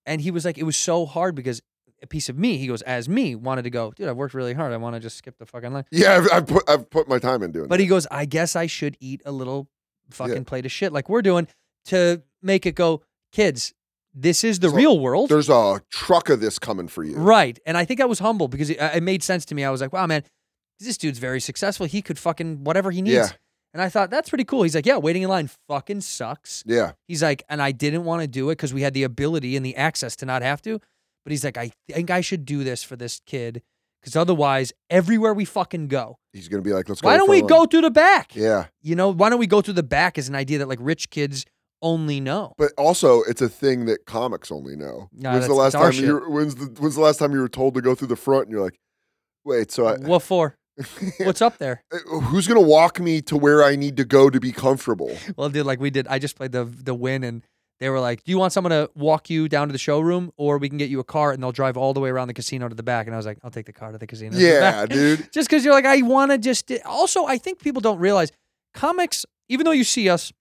S1: And he was like, it was so hard because a piece of me, he goes, as me, wanted to go, dude, I've worked really hard. I want to just skip the fucking line.
S9: yeah, I've, I've put I've put my time in doing.
S1: But
S9: that.
S1: he goes, I guess I should eat a little fucking plate of shit like we're doing to make it go, kids, this is the
S9: So
S1: real world.
S9: there's a truck of this coming for you.
S1: Right. And I think I was humble because it, it made sense to me. I was like, wow, man, this dude's very successful. He could fucking whatever he needs.
S9: Yeah.
S1: And I thought, that's pretty cool. He's like, yeah, waiting in line fucking sucks.
S9: Yeah,
S1: He's like, and I didn't want to do it because we had the ability and the access to not have to. But he's like, I think I should do this for this kid because otherwise, everywhere we fucking go,
S9: he's gonna be like, let's go.
S1: why
S9: to
S1: don't we
S9: front
S1: go
S9: line.
S1: through the back?
S9: Yeah,
S1: You know, why don't we go through the back is an idea that like rich kids only know.
S9: but also it's a thing that comics only know.
S1: Nah,
S9: when's the
S1: that's- it's
S9: last
S1: our
S9: time you? When's the When's the last time you were told to go through the front? And you're like, wait, so I, eh,
S1: What for? What's up there?
S9: who's gonna walk me to where I need to go to be comfortable?
S1: Well, dude, like we did, I just played the the win and they were like, Do you want someone to walk you down to the showroom or we can get you a car and they'll drive all the way around the casino to the back? And I was like, I'll take the car to the casino. to the back."
S9: yeah, dude.
S1: just because you're like, I want to just. di- Also, I think people don't realize comics, even though you see us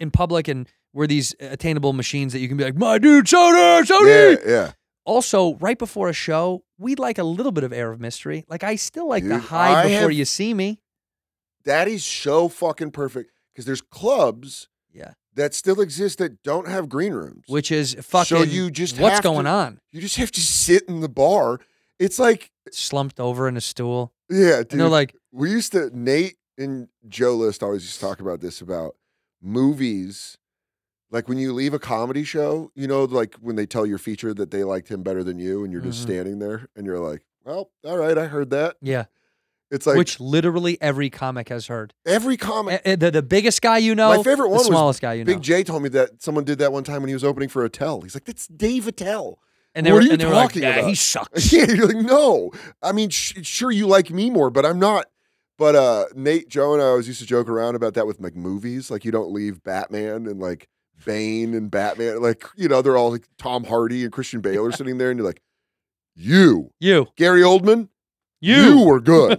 S1: in public and we're these attainable machines that you can be like, my dude, soda, soda.
S9: Yeah, yeah.
S1: Also, right before a show, we like a little bit of air of mystery. Like, I still like to
S9: Dude,
S1: hide
S9: I
S1: before
S9: have-
S1: you see me.
S9: That is so fucking perfect because there's clubs
S1: Yeah.
S9: that still exist that don't have green rooms.
S1: Which is fucking.
S9: you just
S1: what's
S9: have to-
S1: going on?
S9: you just have to sit in the bar. It's like
S1: Slumped over in a stool,
S9: yeah, dude.
S1: and they're like,
S9: we used to Nate and Joe List always used to talk about this about movies. Like when you leave a comedy show, you know, like when they tell your feature that they liked him better than you, and you're just
S1: Mhm.
S9: standing there and you're like, "Well, all right, I heard that."
S1: yeah,
S9: It's like
S1: which literally every comic has heard.
S9: every comic.
S1: Eh, eh, the, the biggest guy you know,
S9: My favorite one
S1: the
S9: was
S1: smallest guy you know,
S9: Big J told me that someone did that one time when he was opening for Attell. He's like, "That's Dave Attell."
S1: and they
S9: what
S1: were
S9: are you
S1: and they were
S9: talking
S1: like, yeah,
S9: about?"
S1: he sucks.
S9: yeah, you're like, no. I mean, sh- sure, you like me more, but I'm not. But uh, Nate, Joe, and I always used to joke around about that with like movies. Like, you don't leave Batman and like Bane and Batman. Like, you know, they're all like Tom Hardy and Christian Bale are sitting there, and you're like, you,
S1: You,
S9: Gary Oldman,
S1: you,
S9: were good.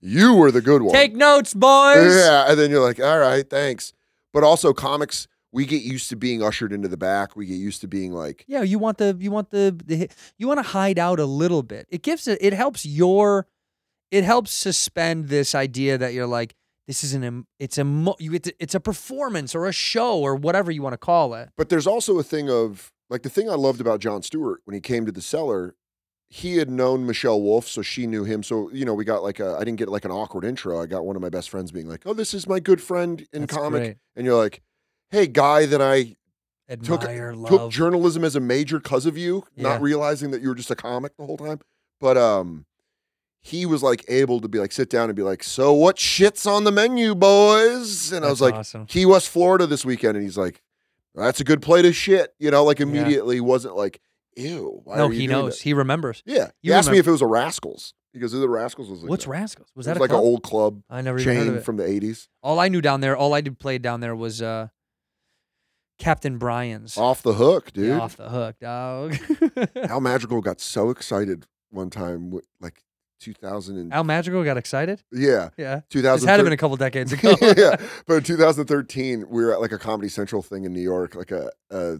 S9: you were the good one.
S1: take notes, boys.
S9: Yeah, and then you're like, all right, thanks. But also, comics, we get used to being ushered into the back. We get used to being like,
S1: Yeah, you want the you want the, the you want to hide out a little bit. It gives it it helps your it helps suspend this idea that you're like this is an em- it's a mo- you it's, a- it's a performance or a show or whatever you want to call it.
S9: But there's also a thing of like the thing I loved about John Stewart when he came to the cellar, he had known Michelle Wolf, so she knew him. So you know, we got like a I didn't get like an awkward intro. I got one of my best friends being like, "Oh, this is my good friend in
S1: That's
S9: comic,"
S1: great.
S9: and you're like, "Hey, guy that I took
S1: Admire love.
S9: took journalism as a major because of you,
S1: Yeah.
S9: not realizing that you were just a comic the whole time." But um, he was like able to be like sit down and be like, "So what shits on the menu, boys?" And I was
S1: That's
S9: like,
S1: awesome.
S9: Key West, Florida this weekend, and he's like, "That's a good plate of shit," you know. Like immediately, wasn't like, "Ew." Why
S1: No,
S9: are you
S1: he
S9: doing
S1: knows.
S9: that?"
S1: He remembers.
S9: Yeah, he
S1: You
S9: asked me
S1: remember-
S9: if it was a Rascals because the Rascals was like
S1: What's
S9: that.
S1: Rascals? Was that
S9: It was
S1: a
S9: like
S1: club?
S9: an old club
S1: I never even heard of
S9: chain
S1: it.
S9: from the '80s,
S1: all I knew down there, all I did played down there was uh Captain Brian's.
S9: off the hook,
S1: Yeah,
S9: dude.
S1: off the hook, dog.
S9: Al Madrigal got so excited one time, with, like 2000 and
S1: Al Madrigal got excited.
S9: yeah,
S1: Yeah, this
S9: 2000.
S1: had to been a couple decades ago.
S9: yeah, but in 2013, we were at like a Comedy Central thing in New York, like a, a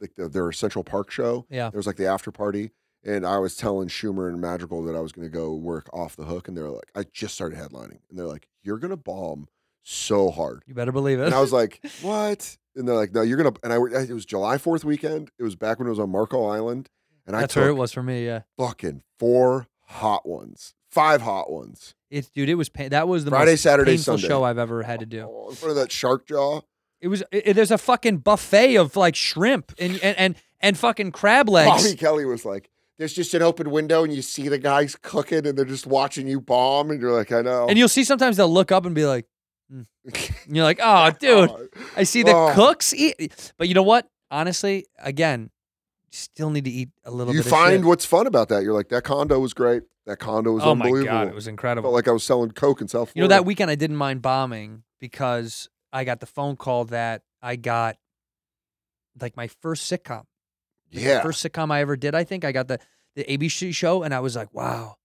S9: like the, their Central Park show.
S1: Yeah.
S9: there was like the after party, and I was telling Schumer and Madrigal that I was going to go work off the hook, and they're like, I just started headlining, and they're like, you're going to bomb so hard,
S1: You better believe it.
S9: and I was like, what? And they're like, no, you're going to, and I wor- it was July 4th weekend. It was back when it was on Marco Island, and I
S1: That's where it
S9: took
S1: was for me. Yeah,
S9: fucking four hot ones, five hot ones.
S1: it's dude. It was pain. That was the
S9: Friday,
S1: most
S9: Saturday,
S1: painful
S9: Sunday.
S1: show I've ever had to do.
S9: Oh, in front of that shark jaw.
S1: It was. It, it- there's a fucking buffet of like shrimp and and and, and fucking crab
S9: Oh,
S1: legs.
S9: Bobby Kelly was like, "There's just an open window, and you see the guys cooking, and they're just watching you bomb, and you're like, I know."
S1: And you'll see sometimes they'll look up and be like, "Mm." and you're like, oh, dude, I see the
S9: Oh.
S1: cooks eat. But you know what? Honestly, again, still need to eat a little.
S9: you
S1: bit
S9: find
S1: of shit.
S9: what's fun about that. You're like, that condo was great. That condo was
S1: oh my
S9: unbelievable.
S1: god, it was
S9: I
S1: incredible.
S9: felt like I was selling coke in South Florida.
S1: You know, that weekend I didn't mind bombing because I got the phone call that I got like my first sitcom.
S9: yeah,
S1: First sitcom I ever did, I think. I got the, the ABC show and I was like, wow.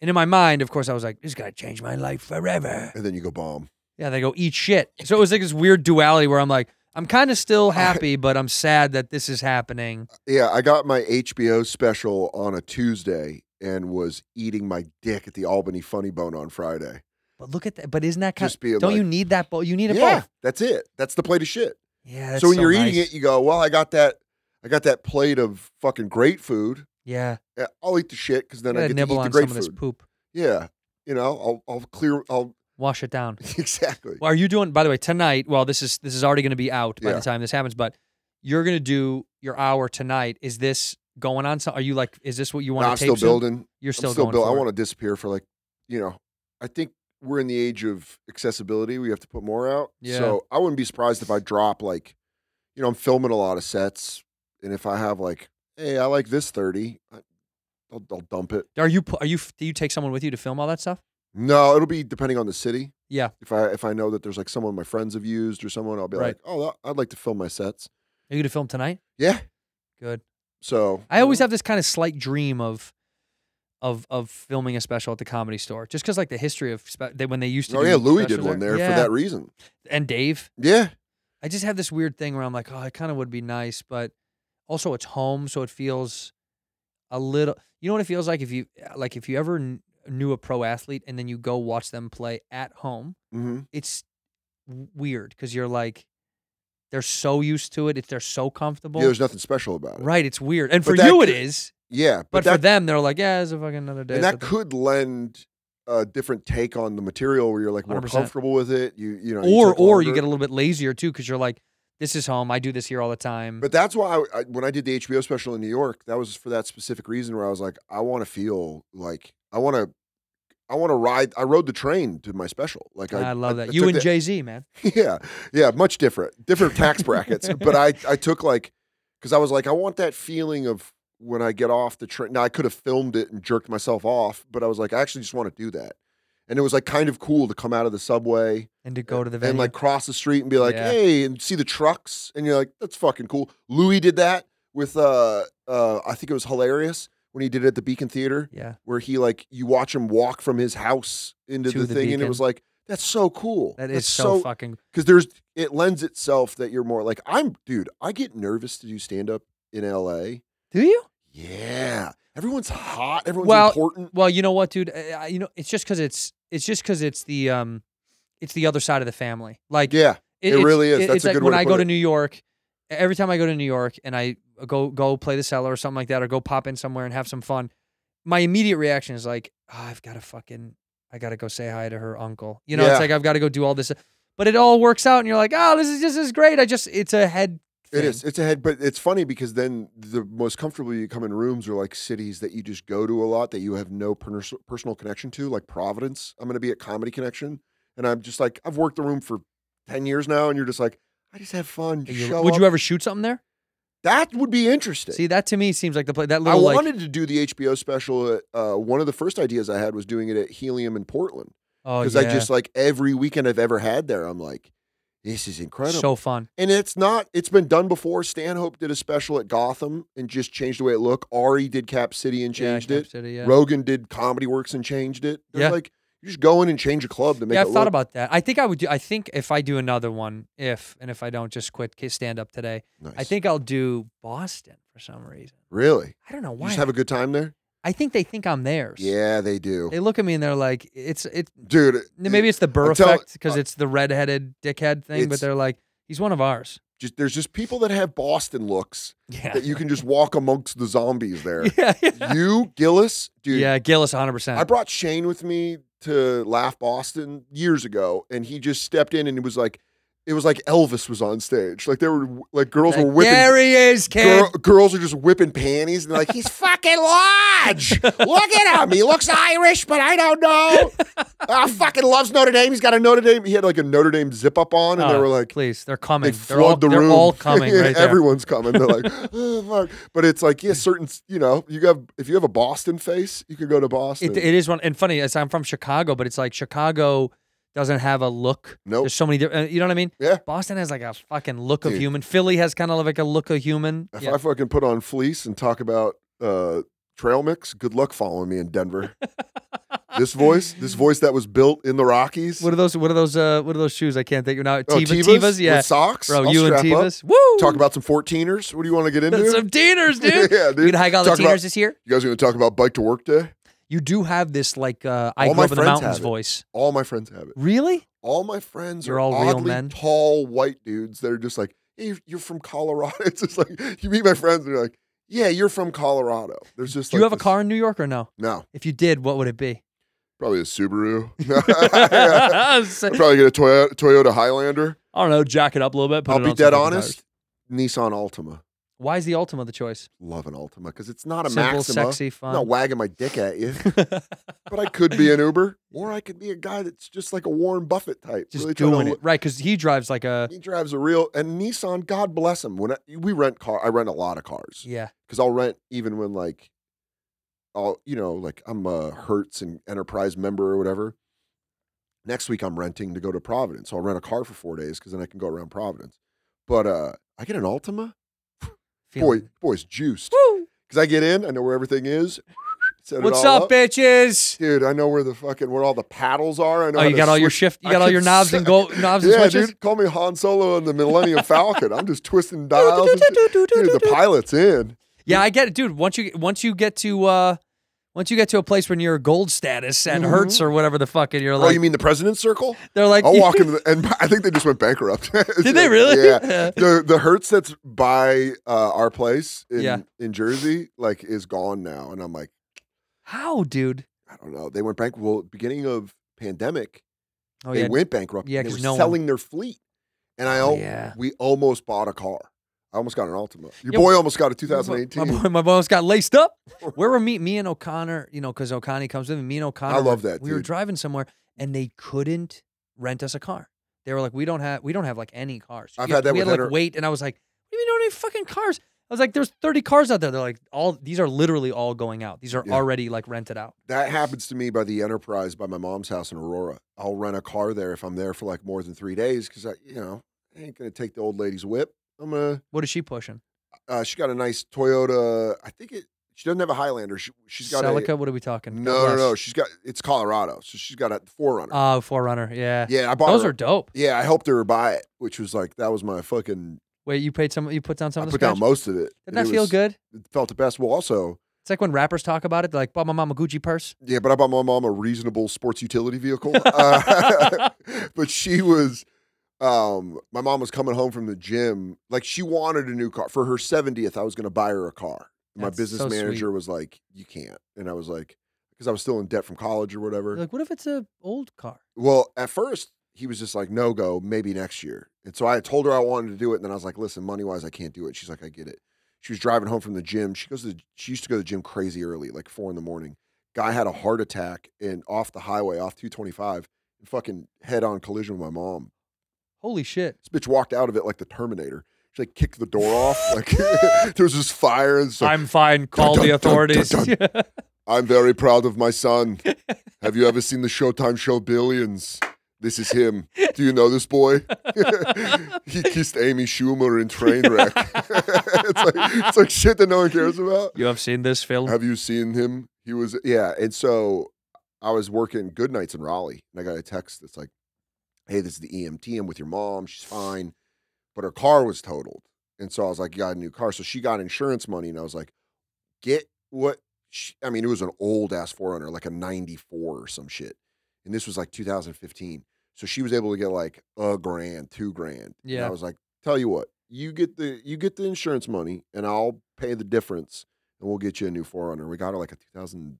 S1: And in my mind, of course, I was like, this is going to change my life forever.
S9: and then you go bomb.
S1: Yeah, they go eat shit. So it was like this weird duality where I'm like, I'm kind of still happy, but I'm sad that this is happening.
S9: Yeah, I got my HBO special on a Tuesday and was eating my dick at the Albany Funny Bone on Friday.
S1: But look at that. But isn't that kind
S9: Just being
S1: Don't you
S9: like-
S1: need that? Bo- you need it
S9: yeah,
S1: both.
S9: that's it. That's the plate of shit.
S1: Yeah. That's
S9: so when you're
S1: nice.
S9: eating it, you go, "Well, I got that. I got that plate of fucking great food."
S1: yeah.
S9: Yeah, I'll eat the shit because then
S1: gotta
S9: I get to eat
S1: nibble
S9: the
S1: on
S9: great
S1: some of
S9: food.
S1: this poop.
S9: Yeah, you know, I'll I'll clear. I'll
S1: Wash it down.
S9: exactly.
S1: Well, are you doing? By the way, tonight. Well, this is this is already going to be out by
S9: Yeah.
S1: the time this happens, but you're going to do your hour tonight. Is this going on? So, are you like? Is this what you
S9: No,
S1: want
S9: I'm
S1: to tape?
S9: still
S1: soon?
S9: building.
S1: You're still,
S9: I'm still
S1: going.
S9: building. I
S1: for it.
S9: want to disappear for like, you know, I think we're in the age of accessibility. We have to put more out.
S1: Yeah.
S9: So I wouldn't be surprised if I drop like, you know, I'm filming a lot of sets, and if I have like, hey, I like this thirty, I- I'll, I'll dump it.
S1: Are you? pu- Are you? Do you take someone with you to film all that stuff?
S9: No, it'll be depending on the city.
S1: Yeah.
S9: If I if I know that there's like someone my friends have used or someone, I'll be
S1: Right.
S9: like, oh, I'd like to film my sets.
S1: Are you going to film tonight?
S9: Yeah.
S1: Good.
S9: So
S1: I always have this kind of slight dream of. Of, of filming a special at the comedy store just because like the history of spe- they, when they used to
S9: Oh
S1: do
S9: yeah, Louis did
S1: specials
S9: one there
S1: Yeah.
S9: for that reason.
S1: and Dave
S9: Yeah,
S1: I just have this weird thing where I'm like, oh, it kind of would be nice, but also it's home, so it feels a little. You know what it feels like if you uh, like if you ever kn- knew a pro athlete and then you go watch them play at home,
S9: hmm
S1: it's w- weird because you're like, They're so used to it. It's, they're so comfortable.
S9: Yeah, there's nothing special about it.
S1: right. It's weird. And
S9: But
S1: for
S9: that
S1: you, it
S9: could-
S1: is.
S9: Yeah,
S1: But,
S9: that,
S1: for them, they're like, yeah, it's a fucking another day.
S9: and
S1: It's
S9: that
S1: a-
S9: could lend a different take on the material where you're like more
S1: 100%.
S9: comfortable with it. You you know,
S1: or
S9: take
S1: or you
S9: longer.
S1: get a little bit lazier too because you're like, this is home. I do this here all the time.
S9: But that's why I, I, when I did the HBO special in New York, that was for that specific reason where I was like, I want to feel like I want to, I want to ride. I rode the train to my special. Like I,
S1: I, love that.
S9: I
S1: you
S9: took
S1: and
S9: the-
S1: Jay Z, man.
S9: yeah, yeah, much different, different tax brackets. but I, I took like, because I was like, I want that feeling of when I get off the train. Now I could have filmed it and jerked myself off, but I was like, I actually just want to do that. And it was like kind of cool to come out of the subway
S1: And to go to the venue.
S9: and like cross the street and be like,
S1: Yeah.
S9: hey, and see the trucks, and you're like, that's fucking cool. Louis did that with uh uh I think it was hilarious when he did it at the Beacon Theater,
S1: yeah,
S9: where he like you watch him walk from his house into
S1: To
S9: the,
S1: the
S9: thing, and it was
S1: Beacon.
S9: like, that's so cool.
S1: that
S9: That's
S1: is so, fucking.
S9: because there's it lends itself that you're more like I'm dude, I get nervous to do stand up in LA.
S1: Do you?
S9: Yeah. Everyone's hot, everyone's
S1: Well,
S9: important.
S1: Well, you know what, dude? I, I- you know, it's just because it's it's just because it's the um, it's the other side of the family. Like,
S9: Yeah. It
S1: it's-
S9: really is.
S1: it-
S9: That's
S1: it's
S9: a
S1: like
S9: good way
S1: when
S9: to
S1: I
S9: put
S1: go to
S9: it.
S1: New York. Every time I go to New York and I go go play the cellar or something like that, or go pop in somewhere and have some fun, my immediate reaction is like, oh, I've got to fucking, I got to go say hi to her uncle. You know,
S9: Yeah.
S1: it's like I've got to go do all this, but it all works out, and you're like, oh, this is this is great. I just, it's a head.
S9: It
S1: thing.
S9: is. It's a head, but it's funny because then the most comfortable you come in rooms are like cities that you just go to a lot that you have no pers- personal connection to, like Providence. I'm going to be at Comedy Connection, and I'm just like, I've worked the room for ten years now, and you're just like, I just have fun. Just
S1: You-
S9: show
S1: would
S9: up.
S1: you ever shoot something there?
S9: That would be interesting.
S1: See, that to me seems like the play. That
S9: I
S1: little like,
S9: wanted to do the HBO special. At, uh, one of the first ideas I had was doing it at Helium in Portland
S1: oh
S9: because
S1: yeah,
S9: I just like every weekend I've ever had there, I'm like, this is incredible.
S1: so fun.
S9: And it's not, it's been done before. Stanhope did a special at Gotham and just changed the way it looked. Ari did Cap City and
S1: Yeah,
S9: changed
S1: Camp
S9: it.
S1: City, yeah.
S9: Rogan did Comedy Works and changed it. There's
S1: Yeah.
S9: like, you just go in and change a club to make
S1: yeah,
S9: it
S1: I've thought
S9: look-
S1: about that. I think I would. Do, I think if I do another one, if and if I don't, just quit stand up today. I
S9: Nice.
S1: think I'll do Boston for some reason.
S9: Really?
S1: I don't know
S9: You
S1: why.
S9: just have a good time there?
S1: I think they think I'm theirs.
S9: Yeah, they do.
S1: They look at me and they're like, it's it.
S9: Dude, it-
S1: Maybe it's the Burr
S9: I'm tell-
S1: effect because it's the redheaded dickhead thing. But
S9: uh, It's-
S1: they're like, he's one of ours.
S9: just, there's just people that have Boston looks
S1: Yeah.
S9: that you can just walk amongst the zombies there.
S1: yeah. Yeah.
S9: You, Gillis, dude,
S1: yeah. Gillis, 100. percent
S9: I brought Shane with me to Laugh Boston years ago, and he just stepped in and it was like, it was like Elvis was on stage. Like there were like girls were whipping.
S1: there he is, kid.
S9: girl- girls are just whipping panties and they're like he's fucking Lodge. Look at him. He looks Irish, but I don't know. Ah, fucking loves Notre Dame. He's got a Notre Dame. He had like a Notre Dame zip up on, and they
S1: Oh,
S9: were like,
S1: please, they're
S9: they
S1: coming. They're
S9: flood
S1: all,
S9: the
S1: they're
S9: room.
S1: all coming
S9: Yeah,
S1: right there.
S9: Everyone's coming. They're like, oh, fuck. But it's like, yeah, certain, you know, you have if you have a Boston face, you could go to Boston.
S1: It, it is one and funny. As I'm from Chicago, but it's like Chicago doesn't have a look.
S9: Nope.
S1: There's so many. di- uh, You know what I mean?
S9: Yeah.
S1: Boston has like a fucking look of
S9: Dude.
S1: human. Philly has kind of like a look of human.
S9: If
S1: Yeah.
S9: I fucking put on fleece and talk about uh, trail mix, good luck following me in Denver. this voice, this voice that was built in the Rockies.
S1: What are those? What are those? Uh, what are those shoes? I can't think of now.
S9: Oh,
S1: Tiva, Tevas, yeah.
S9: With socks.
S1: Bro,
S9: I'll
S1: you and
S9: strap up.
S1: Tevas. Woo!
S9: Talk about some 14ers. What do you want to get into?
S1: some teeners, dude.
S9: Yeah, dude.
S1: You can hike all the
S9: Talk
S1: teeners
S9: about-
S1: this year.
S9: you guys are going to talk about bike to work day?
S1: You do have this like uh, I
S9: All
S1: grew
S9: my
S1: up in the
S9: friends
S1: mountains
S9: have it.
S1: voice.
S9: All my friends have it.
S1: Really?
S9: All my friends
S1: You're
S9: are
S1: all real
S9: oddly
S1: men.
S9: tall white dudes that are just like, hey, you're- you're from Colorado. It's just like, you meet my friends and they're like, yeah, you're from Colorado. There's just
S1: Do
S9: like
S1: you have a
S9: this-
S1: car in New York or no?
S9: No,
S1: If you did, what would it be?
S9: probably a Subaru.
S1: I
S9: I'd probably get a Toyota, Toyota Highlander.
S1: don't know. Jack it up a little bit. put
S9: I'll
S1: it
S9: be
S1: on some
S9: dead
S1: fucking
S9: honest.
S1: tires.
S9: Nissan Altima.
S1: Why is the Ultima the choice?
S9: Love an Altima because it's not a
S1: Simple,
S9: Maxima.
S1: sexy, fun.
S9: I'm not wagging my dick at you. but I could be an Uber, or I could be a guy that's just like a Warren Buffett type.
S1: just
S9: really trying to
S1: doing
S9: look-
S1: it right because he drives like a
S9: He drives a real and Nissan. God bless him. When I, we rent car, I rent a lot of cars
S1: yeah
S9: because I'll rent even when like, I'll you know like I'm a Hertz and Enterprise member or whatever. Next week I'm renting to go to Providence, so I'll rent a car for four days because then I can go around Providence. But uh I get an Altima, boy,
S1: feeling.
S9: boy's juiced
S1: Woo!
S9: because I get in, I know where everything is. set it
S1: What's
S9: all
S1: up, bitches?
S9: Dude, I know where the fucking where all the paddles are. I know.
S1: Oh,
S9: how
S1: you
S9: to
S1: got all your
S9: switch-
S1: shift. You
S9: I
S1: got all
S9: can
S1: your knobs and
S9: set-
S1: go knobs and
S9: Yeah,
S1: switches.
S9: dude, call me Han Solo and the Millennium Falcon. I'm just twisting dials. and shit. dude, the pilot's in.
S1: Yeah, I get it, dude. Once you once you get to uh Once you get to a place when you're gold status at Hertz or whatever the fuck, and you're
S9: Mm-hmm. oh,
S1: like,
S9: you mean the president's circle?
S1: they're like,
S9: I'll walk into the, and I think they just went bankrupt.
S1: Did they really?
S9: Yeah. The the Hertz that's by uh, our place in
S1: Yeah.
S9: in Jersey like is gone now, and I'm like,
S1: How, dude?
S9: I don't know. They went bankrupt. Well, beginning of pandemic,
S1: Oh
S9: they
S1: yeah,
S9: went bankrupt.
S1: Yeah,
S9: they
S1: 'cause
S9: were
S1: no one- Oh,
S9: selling their fleet, and I al-
S1: yeah.
S9: we almost bought a car. I almost got an Altima. Your
S1: Yeah,
S9: boy almost got a
S1: My bo-
S9: 2018.
S1: My boy, my boys got laced up. Where were me, me and O'Connor? You know, because O'Connor comes with me. Me and O'Connor.
S9: I love
S1: were-
S9: that,
S1: We were
S9: dude.
S1: driving somewhere, and they couldn't rent us a car. They were like, "We don't have, we don't have like any cars."
S9: I've
S1: You-
S9: had that
S1: We
S9: with
S1: had like
S9: Enter-
S1: wait, and I was like, "What do you mean, don't have any fucking cars?" I was like, "There's 30 cars out there." They're like, "All these are literally all going out. These are
S9: Yeah.
S1: already like rented out."
S9: That happens to me by the Enterprise by my mom's house in Aurora. I'll rent a car there if I'm there for like more than three days because I, you know, I ain't gonna take the old lady's whip. I'm gonna.
S1: What is she pushing?
S9: Uh, she got a nice Toyota. I think it. She doesn't have a Highlander. She, she's got
S1: Celica.
S9: a.
S1: what are we talking?
S9: No, no, no.
S1: Less.
S9: She's got. It's Colorado, so she's got a Forerunner.
S1: Oh, Forerunner. Yeah.
S9: yeah, I bought.
S1: Those
S9: her-
S1: are dope.
S9: Yeah, I helped her buy it, which was like that was my fucking.
S1: Wait, you paid some. You put down some
S9: I
S1: of the
S9: put down
S1: scratch?
S9: most of it.
S1: Didn't
S9: and
S1: that
S9: it
S1: feel
S9: was-
S1: good?
S9: It felt the best. Well, also,
S1: It's like when rappers talk about it. They're like, "Bought my mom a Gucci purse."
S9: yeah, but I bought my mom a reasonable sports utility vehicle. Uh, but she was, um, my mom was coming home from the gym. Like she wanted a new car for her seventieth. I was going to buy her a car. My
S1: That's
S9: business
S1: so sweet.
S9: manager was like, "You can't," and I was like, because I was still in debt from college or whatever.
S1: You're like, what if it's a old car?
S9: Well, at first he was just like, no go, maybe next year. And so I had told her I wanted to do it. And then I was like, listen, money wise, I can't do it. She's like, I get it. She was driving home from the gym. She goes to the, she used to go to the gym crazy early, like four in the morning. Guy had a heart attack and off the highway, off 225, and fucking head on collision with my mom.
S1: Holy shit!
S9: This bitch walked out of it like the Terminator. She like kicked the door off. Like there was this fire and so
S1: I'm fine. Call
S9: dun,
S1: the
S9: dun, dun,
S1: authorities.
S9: dun. I'm very proud of my son. Have you ever seen the Showtime show Billions? This is him. Do you know this boy? he kissed Amy Schumer in Trainwreck. it's, like, it's like shit that no one cares about.
S1: you have seen this film?
S9: Have you seen him? He was yeah. And so I was working good nights in Raleigh, and I got a text that's like, "Hey, this is the EMT. I'm with your mom. She's fine, but her car was totaled." And so I was like, "You got a new car?" So she got insurance money, and I was like, "Get what?" She, I mean, it was an old ass Forerunner, like a '94 or some shit, and this was like 2015. So she was able to get like a grand, two grand. And
S1: Yeah.
S9: I was like, "Tell you what, you get the you get the insurance money, and I'll pay the difference." and we'll get you a new Forerunner. We got her like a 2000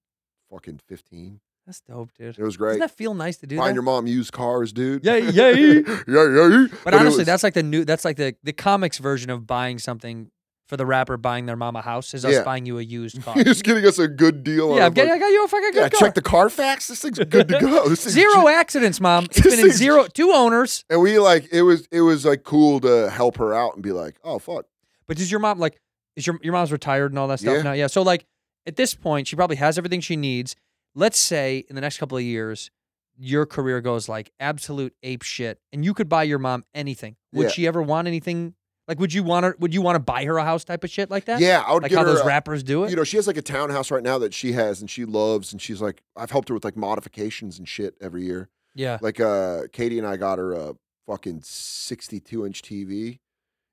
S9: fucking 15.
S1: That's dope, dude.
S9: It was
S1: Doesn't
S9: great.
S1: that feel nice to do
S9: Find
S1: that?
S9: your mom used cars, dude.
S1: Yay,
S9: yeah,
S1: yay.
S9: yeah.
S1: but, honestly, that's like the new. That's like the the comics version of buying something for the rapper buying their mama house is us
S9: Yeah.
S1: buying you a used car.
S9: he's getting us a good deal. on
S1: yeah, I'm
S9: it,
S1: getting. I
S9: like,
S1: got you a fucking good
S9: yeah,
S1: car.
S9: check the Carfax. This thing's good to go. This thing's
S1: zero
S9: ju-
S1: accidents, mom. It's
S9: This
S1: been in
S9: is-
S1: zero two owners.
S9: And we like it was it was like cool to help her out and be like, oh fuck,
S1: But does your mom like is your your mom's retired and all that stuff
S9: Yeah.
S1: now? Yeah. So like at this point, she probably has everything she needs. Let's say in the next couple of years, your career goes like absolute ape shit, and you could buy your mom anything. Would
S9: Yeah.
S1: she ever want anything? Like, would you want her? Would you want to buy her a house type of shit like that?
S9: yeah, I would
S1: Like
S9: get
S1: how
S9: her.
S1: those
S9: a-
S1: rappers do it.
S9: you know, she has like a townhouse right now that she has and she loves, and she's like, I've helped her with like modifications and shit every year.
S1: yeah.
S9: Like uh Katie and I got her a fucking 62 inch TV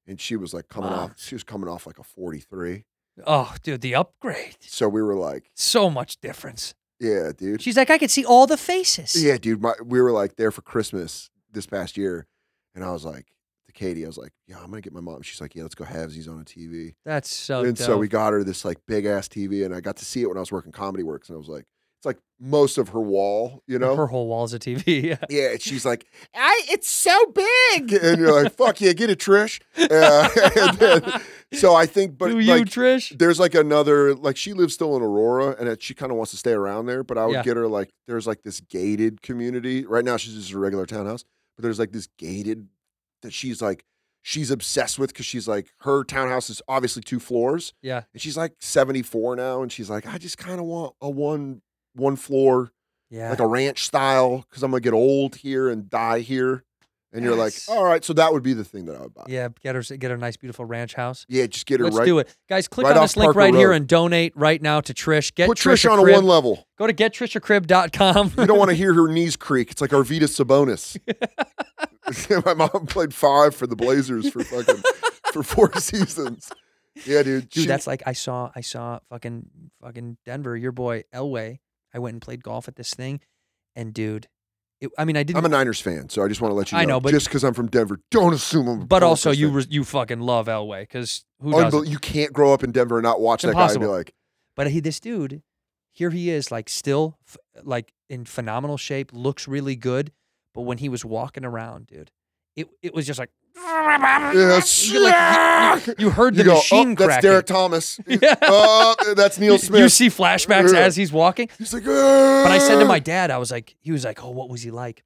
S9: and she was like coming
S1: Wow.
S9: off she was coming off like a 43.
S1: Oh, dude, the upgrade.
S9: So we were like,
S1: So much difference.
S9: yeah, dude.
S1: She's like, I could see all the faces.
S9: Yeah, dude, my, we were like there for Christmas this past year and I was like to Katie I was like, yeah, I'm going to get my mom. She's like, yeah, let's go halvesies on a TV.
S1: That's so.
S9: and so we
S1: dope.
S9: got her this like big ass TV and I got to see it when I was working Comedy Works and I was like, it's like most of her wall, you know?
S1: her whole wall's a TV. Yeah.
S9: Yeah, and she's like, I, it's so big. And you're like, fuck yeah, get it, Trish. Uh, and then- so I think, but
S1: do you,
S9: like,
S1: Trish?
S9: there's like another, like she lives still in Aurora and it, she kind of wants to stay around there, but I would
S1: Yeah.
S9: get her like, there's like this gated community. Right now, she's just a regular townhouse, but there's like this gated that she's like, she's obsessed with because she's like, her townhouse is obviously two floors
S1: Yeah.
S9: and she's like 74 now. And she's like, I just kind of want a one, one floor
S1: Yeah.
S9: like a ranch style because I'm gonna get old here and die here. And you're
S1: Yes.
S9: like, all right, so that would be the thing that I would buy. Yeah,
S1: Yeah, get her get her a nice beautiful ranch house.
S9: just get it
S1: Let's
S9: right.
S1: do it, guys. Click
S9: right
S1: on
S9: off
S1: this link
S9: Parker
S1: right here
S9: Road.
S1: and donate right now to Trish. Get
S9: Put Trish,
S1: a
S9: on a
S1: crib.
S9: one level.
S1: Go to gettrishacrib.com.
S9: You don't want to hear her knees creak. It's like Arvita Sabonis. My mom played five for the Blazers for fucking for four seasons. Yeah, dude.
S1: Dude,
S9: She-
S1: that's like I saw I saw fucking fucking Denver, your boy Elway. I went and played golf at this thing, and dude, it, I mean I didn't.
S9: I'm a Niners fan, so I just want to let you know.
S1: I know, but-
S9: just because I'm from Denver, don't assume I'm. a
S1: but also
S9: Broncos
S1: you
S9: fan.
S1: re- you fucking love Elway because who
S9: Unbel-
S1: doesn't?
S9: you can't grow up in Denver and not watch
S1: It's
S9: that guy and be
S1: impossible.
S9: like,
S1: But he, this dude, here he is, like still, f- like in phenomenal shape, looks really good. But when he was walking around, dude, it it was just like,
S9: yes,
S1: you, like, you- you- you heard the
S9: You go,
S1: machine
S9: oh, that's
S1: cracking.
S9: Derek Thomas.
S1: Yeah.
S9: Oh, that's Neil
S1: You-
S9: Smith.
S1: You see flashbacks
S9: Yeah.
S1: as he's walking.
S9: He's like, "Ah."
S1: But I said to my
S9: "Ugh."
S1: dad, I was like, he was like, oh, what was he like?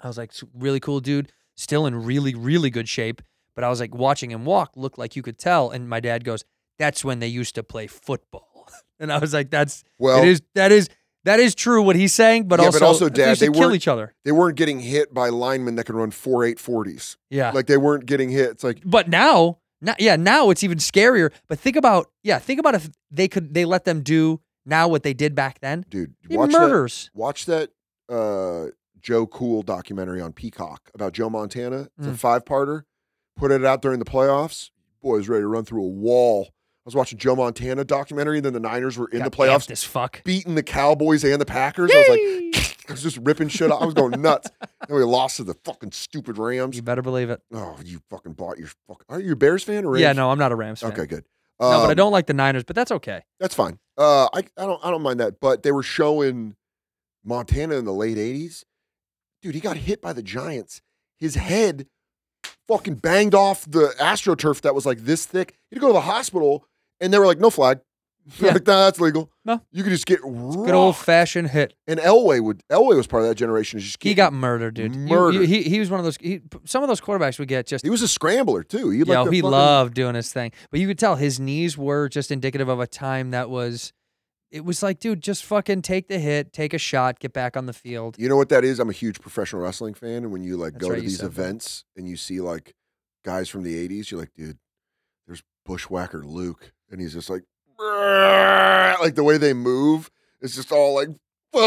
S1: I was like, "S- really cool dude, still in really, really good shape. But I was like, watching him walk looked like you could tell. And my dad goes, that's when they used to play football. And I was like, that's,
S9: Well-
S1: it is, that is, that is true what he's saying, but
S9: Yeah,
S1: also,
S9: but also, Dad,
S1: used to
S9: they
S1: kill
S9: weren't-
S1: each other.
S9: they weren't getting hit by linemen that can run four eight forties.
S1: Yeah.
S9: Like they weren't getting hit. It's like
S1: but now, now, yeah, now it's even scarier. But think about, yeah, think about if they could, they let them do now what they did back then.
S9: dude,
S1: It'd be
S9: watch
S1: murders.
S9: that. Watch that uh, Joe Cool documentary on Peacock about Joe Montana. It's a
S1: Mm.
S9: five parter. Put it out during the playoffs. Boys ready to run through a wall. I was watching Joe Montana documentary, and then the Niners were in
S1: God
S9: the
S1: damn
S9: playoffs,
S1: This fuck.
S9: beating the Cowboys and the Packers. I was like, I was just ripping shit off. I was going nuts. and we lost to the fucking stupid Rams.
S1: You better believe it.
S9: Oh, you fucking bought your fucking. Are you a Bears fan or Rams?
S1: Yeah, no, I'm not a Rams fan.
S9: Okay, good.
S1: No, but I
S9: Um,
S1: don't like the Niners, but that's okay.
S9: That's fine. Uh, I I don't I don't mind that. But they were showing Montana in the late '80s. Dude, he got hit by the Giants. His head fucking banged off the AstroTurf that was like this thick. He had to go to the hospital, and they were like, "No flag."
S1: Yeah.
S9: like, nah, that's legal.
S1: No.
S9: you could just get
S1: Good old fashioned hit.
S9: and Elway would Elway was part of that generation. Just
S1: He
S9: get-
S1: got murdered, dude. You- you-
S9: Murdered.
S1: he, he was one of those. He, some of those quarterbacks would get just.
S9: He was a scrambler too. He
S1: Yo,
S9: like
S1: he loved doing his thing, but you could tell his knees were just indicative of a time that was. It was like, dude, just fucking take the hit, take a shot, get back on the field.
S9: You know what that is? I'm a huge professional wrestling fan, and when you like
S1: That's
S9: go
S1: right,
S9: to
S1: you
S9: these
S1: said that.
S9: events and you see like guys from the '80s, you're like, dude, there's Bushwhacker Luke, and he's just like, "Brrr," like the way they move is just all like,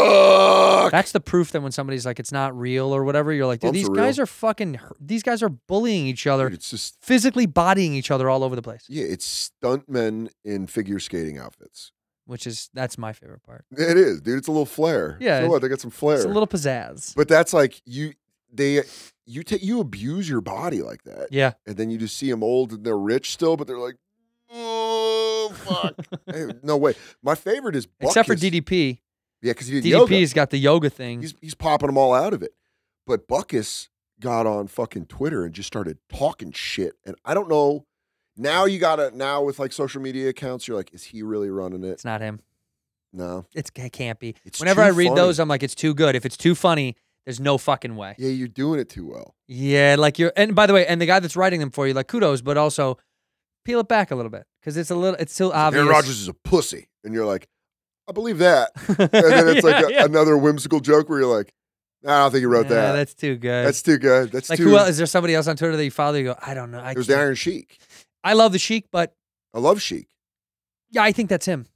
S9: fuck.
S1: That's the proof that when somebody's like, it's not real or whatever, you're like, dude,
S9: Bumps
S1: these
S9: are
S1: guys
S9: real.
S1: are fucking. hur- These guys are bullying each
S9: Dude,
S1: other,
S9: it's just
S1: physically bodying each other all over the place,
S9: yeah, it's stuntmen in figure skating outfits.
S1: which is that's my favorite part.
S9: It is, dude. It's a little flair.
S1: Yeah,
S9: so what? They got some flair.
S1: It's a little pizzazz.
S9: but that's like you, they, you take you abuse your body like that.
S1: Yeah.
S9: and then you just see them old and they're rich still, but they're like, oh fuck, Hey, no way. My favorite is Buck
S1: Except for
S9: Kiss.
S1: DDP.
S9: Yeah, because he did yoga.
S1: DDP's got the yoga thing.
S9: He's he's popping them all out of it. But Buckus got on fucking Twitter and just started talking shit, and I don't know. Now you gotta now with like social media accounts, you're like, is he really running it?
S1: it's not him.
S9: No.
S1: It's, it can't be.
S9: It's
S1: Whenever
S9: too
S1: I read
S9: funny.
S1: those, I'm like, it's too good. If it's too funny, there's no fucking way.
S9: Yeah, you're doing it too well.
S1: Yeah, like you're. And by the way, and the guy that's writing them for you, like kudos, but also peel it back a little bit because it's a little, it's still obvious.
S9: Aaron Rodgers is a pussy, and you're like, I believe that. And then it's like a-
S1: Yeah, yeah.
S9: another whimsical joke where you're like, I don't think he wrote
S1: Nah,
S9: that.
S1: That's too good.
S9: That's too good. That's
S1: like
S9: too.
S1: who else? Is there somebody else on Twitter that you follow? That you go, I don't know. I,
S9: It was the
S1: can't-
S9: Iron Sheik.
S1: I love the Sheik, but
S9: I love Sheik.
S1: yeah, I think that's him.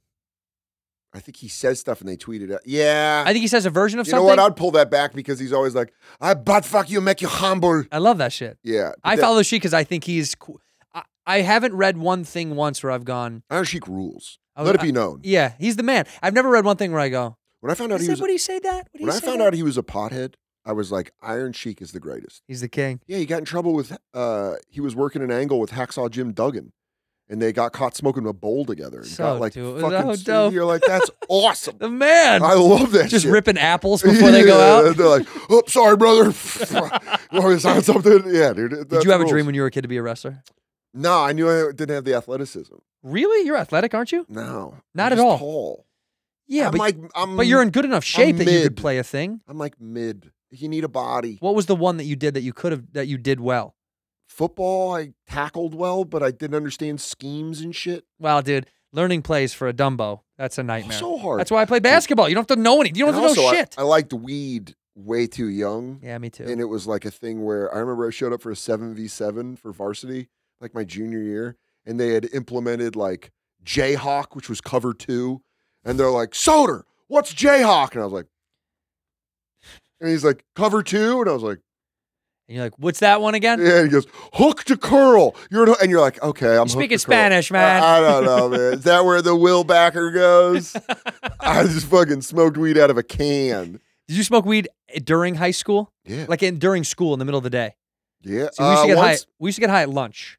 S9: I think he says stuff and they tweet it out. Yeah.
S1: I think he says a version of
S9: Uh, you know
S1: something.
S9: what? I'd pull that back because he's always like, I butt fuck you, make you humble.
S1: I love that shit.
S9: Yeah. but
S1: I
S9: that-
S1: follow the Sheik because I think he's. Cool. I, I haven't read one thing once where I've gone.
S9: Iron Sheik rules.
S1: Oh, I
S9: Let
S1: was-
S9: it be known.
S1: Yeah, he's the man. I've never read one thing where I go,
S9: When I found
S1: he
S9: out he
S1: said,
S9: was
S1: "What do you say that?" What do you
S9: when I
S1: say
S9: found
S1: that?"
S9: out he was a pothead, I was like, Iron Sheik is the greatest.
S1: he's the king.
S9: Yeah, he got in trouble with uh he was working an angle with Hacksaw Jim Duggan. And they got caught smoking a bowl together. And
S1: So
S9: got like
S1: dope.
S9: fucking
S1: So dope.
S9: you're like, that's awesome.
S1: The man,
S9: I love that
S1: just
S9: shit.
S1: ripping apples before they go
S9: Yeah,
S1: out.
S9: They're like, oh, sorry, brother. Want me to sign something? Yeah, dude.
S1: Did you have a dream when you were a kid to be a wrestler?
S9: No, I knew I didn't have the athleticism.
S1: Really, you're athletic, aren't you?
S9: No,
S1: Not
S9: I'm
S1: at
S9: just
S1: all.
S9: Tall.
S1: Yeah,
S9: I'm
S1: but
S9: like, I'm,
S1: but you're in good enough shape that you could
S9: mid.
S1: play a thing.
S9: I'm like mid. You need a body.
S1: What was the one that you did that you could have that you did well?
S9: Football, I tackled well, but I didn't understand schemes and shit.
S1: Wow, dude, learning plays for a Dumbo that's a nightmare.
S9: So hard.
S1: That's why I play basketball. You don't have to know any. You don't
S9: And
S1: have to
S9: also,
S1: know
S9: I-
S1: shit.
S9: I, liked weed way too young,
S1: yeah, me too.
S9: and it was like a thing where I remember I showed up for a seven v seven for varsity, like my junior year, and they had implemented like Jayhawk, which was cover two, and they're like, Soder, what's Jayhawk? And I was like, and he's like, cover two, and I was like.
S1: And you're like, what's that one again?
S9: Yeah, and he goes hook to curl. You're an, and you're like, okay, I'm
S1: speaking
S9: hooked to curl."
S1: Spanish, man.
S9: I, I don't know, man. Is that where the Will Backer goes? I just fucking smoked weed out of a can.
S1: Did you smoke weed during high school?
S9: Yeah,
S1: Like in during school in the middle of the day.
S9: yeah.
S1: See, we used to
S9: Uh,
S1: get high.
S9: once-
S1: We used to get high at lunch.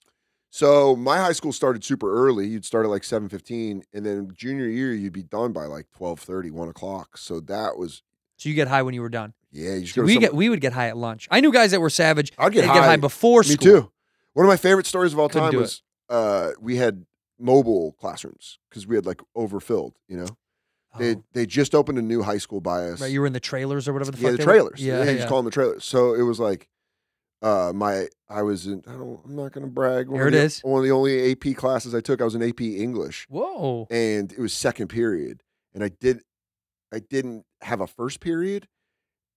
S9: So my high school started super early. You'd start at like seven fifteen, and then junior year you'd be done by like 12:30, 1 o'clock. So that was
S1: So you get high when you were done.
S9: yeah. You just
S1: So
S9: go to
S1: we
S9: some-
S1: get we would get high at lunch. I knew guys that were savage.
S9: I'd get
S1: They'd
S9: high.
S1: before school.
S9: Me too. One of my favorite stories of all
S1: Couldn't
S9: time
S1: do
S9: was uh, we had mobile classrooms because we had like overfilled. You know, they
S1: Oh,
S9: they just opened a new high school by us.
S1: right, you were in the trailers or whatever the fuck.
S9: yeah, the
S1: they were-
S9: trailers.
S1: Yeah,
S9: Yeah, you just call them the trailers. So it was like uh, my I was in. I don't. I'm not gonna brag. One
S1: Here
S9: of
S1: it
S9: the-
S1: is.
S9: One of the only AP classes I took. I was in AP English,
S1: Whoa.
S9: and it was second period, and I did. I didn't have a first period.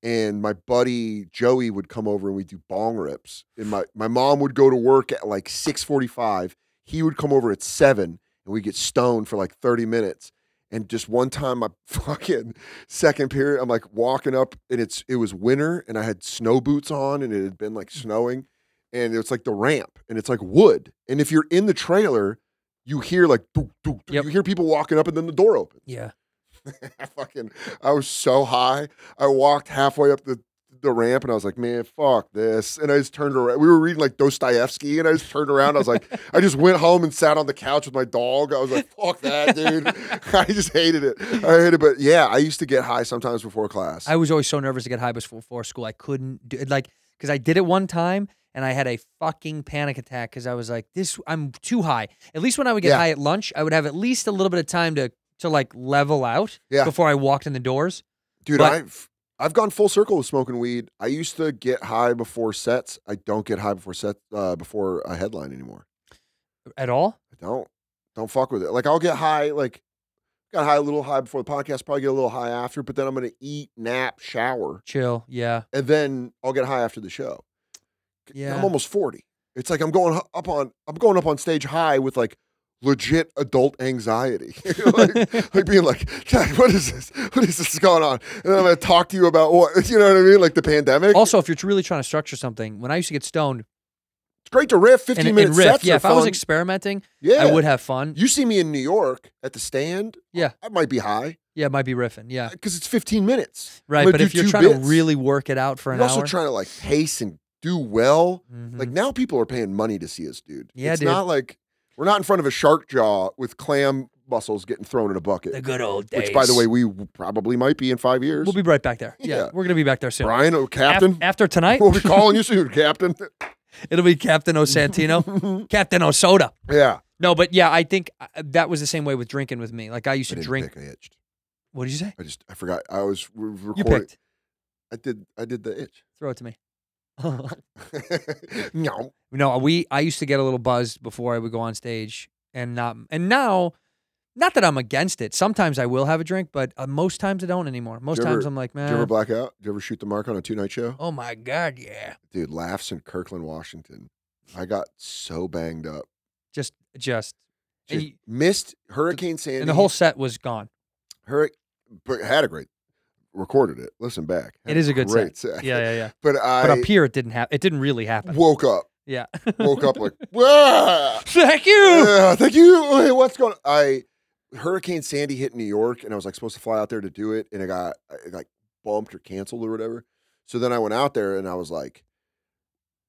S9: And my buddy Joey would come over and we'd do bong rips. And my, my mom would go to work at like 645 he would come over at seven and we get stoned for like 30 minutes. And just one time, my fucking second period, I'm like walking up and it's it was winter and I had snow boots on and it had been like snowing. And it's like the ramp and it's like wood. And if you're in the trailer, you hear like doo, doo, doo.
S1: Yep.
S9: you hear people walking up and then the door opens.
S1: Yeah.
S9: I fucking I was so high. I walked halfway up the the ramp and I was like, man, fuck this. And I just turned around. We were reading like Dostoevsky and I just turned around. I was like, I just went home and sat on the couch with my dog. I was like, fuck that, dude. I just hated it. I hated it. But yeah, I used to get high sometimes before class.
S1: I was always so nervous to get high before before school. I couldn't do it, like because I did it one time and I had a fucking panic attack because I was like, "This, I'm too high." At least when I would get
S9: Yeah.
S1: high at lunch, I would have at least a little bit of time to to like level out
S9: Yeah.
S1: before I walked in the doors.
S9: dude,
S1: but-
S9: I've I've gone full circle with smoking weed. I used to get high before sets. I don't get high before set uh, before a headline anymore.
S1: At all?
S9: don't don't fuck with it. Like I'll get high, like got high a little high before the podcast, probably get a little high after, but then I'm gonna eat, nap, shower,
S1: Chill. Yeah.
S9: and then I'll get high after the show.
S1: Yeah.
S9: I'm almost forty. It's like I'm going h- up on I'm going up on stage high with like legit adult anxiety, like, like being like, "God, what is this? What is this going on? And then I'm gonna talk to you about what you know what I mean, like the pandemic.
S1: Also, if you're really trying to structure something, when I used to get stoned
S9: it's great to riff,
S1: and,
S9: fifteen
S1: and
S9: minute
S1: riff,
S9: sets.
S1: yeah,
S9: are
S1: if I was
S9: fun.
S1: experimenting,
S9: yeah,
S1: I would have fun.
S9: You see me in New York at the stand.
S1: Yeah.
S9: I might be high.
S1: Yeah, it might be riffing. Yeah.
S9: because uh, it's 15 minutes. I'm
S1: Right.
S9: gonna
S1: But
S9: do
S1: if you're
S9: two
S1: trying to
S9: bits.
S1: really work it out for an
S9: you're also
S1: hour.
S9: trying to like pace and do well.
S1: Mhm.
S9: Like now, people are paying money to see us, dude.
S1: Yeah,
S9: it's
S1: dude.
S9: not like we're not in front of a shark jaw with clam muscles getting thrown in a bucket.
S1: the good old days.
S9: which, by the way, we w- probably might be in five years.
S1: we'll be right back there. Yeah.
S9: Yeah.
S1: We're going to be back there soon.
S9: Brian, oh,
S1: Af-
S9: Captain.
S1: after tonight,
S9: we'll be calling you soon, Captain.
S1: it'll be Captain Osantino, Captain Osoda.
S9: Yeah,
S1: No, but yeah, I think uh, that was the same way with drinking with me. Like I used to
S9: I didn't
S1: drink.
S9: pick, I itched.
S1: What did you say?
S9: I just I forgot. I was re-
S1: You
S9: recording.
S1: picked.
S9: I did. I did the itch.
S1: Throw it to me.
S9: no,
S1: No, we I used to get a little buzzed before I would go on stage and not and now not that I'm against it. Sometimes I will have a drink, but uh, most times I don't anymore. Most
S9: you ever-
S1: times I'm like,
S9: did you ever
S1: man,
S9: black out? Did you ever shoot the mark on a two night show?
S1: oh my god, yeah.
S9: dude, laughs in Kirkland, Washington. I got so banged up.
S1: Just just And
S9: Just
S1: you-
S9: missed Hurricane Sandy.
S1: and the whole set was gone.
S9: hurricane, but had a great recorded it. Listen back.
S1: It is a good
S9: great
S1: set. Yeah, yeah, yeah.
S9: But I
S1: But up here it didn't happen. It didn't really happen.
S9: woke up.
S1: Yeah.
S9: Woke up like, "Wah!"
S1: Thank you.
S9: Yeah, thank you. Hey, what's going? I Hurricane Sandy hit New York, and I was like supposed to fly out there to do it, and it got uh, it, like bumped or canceled or whatever. So then I went out there, and I was like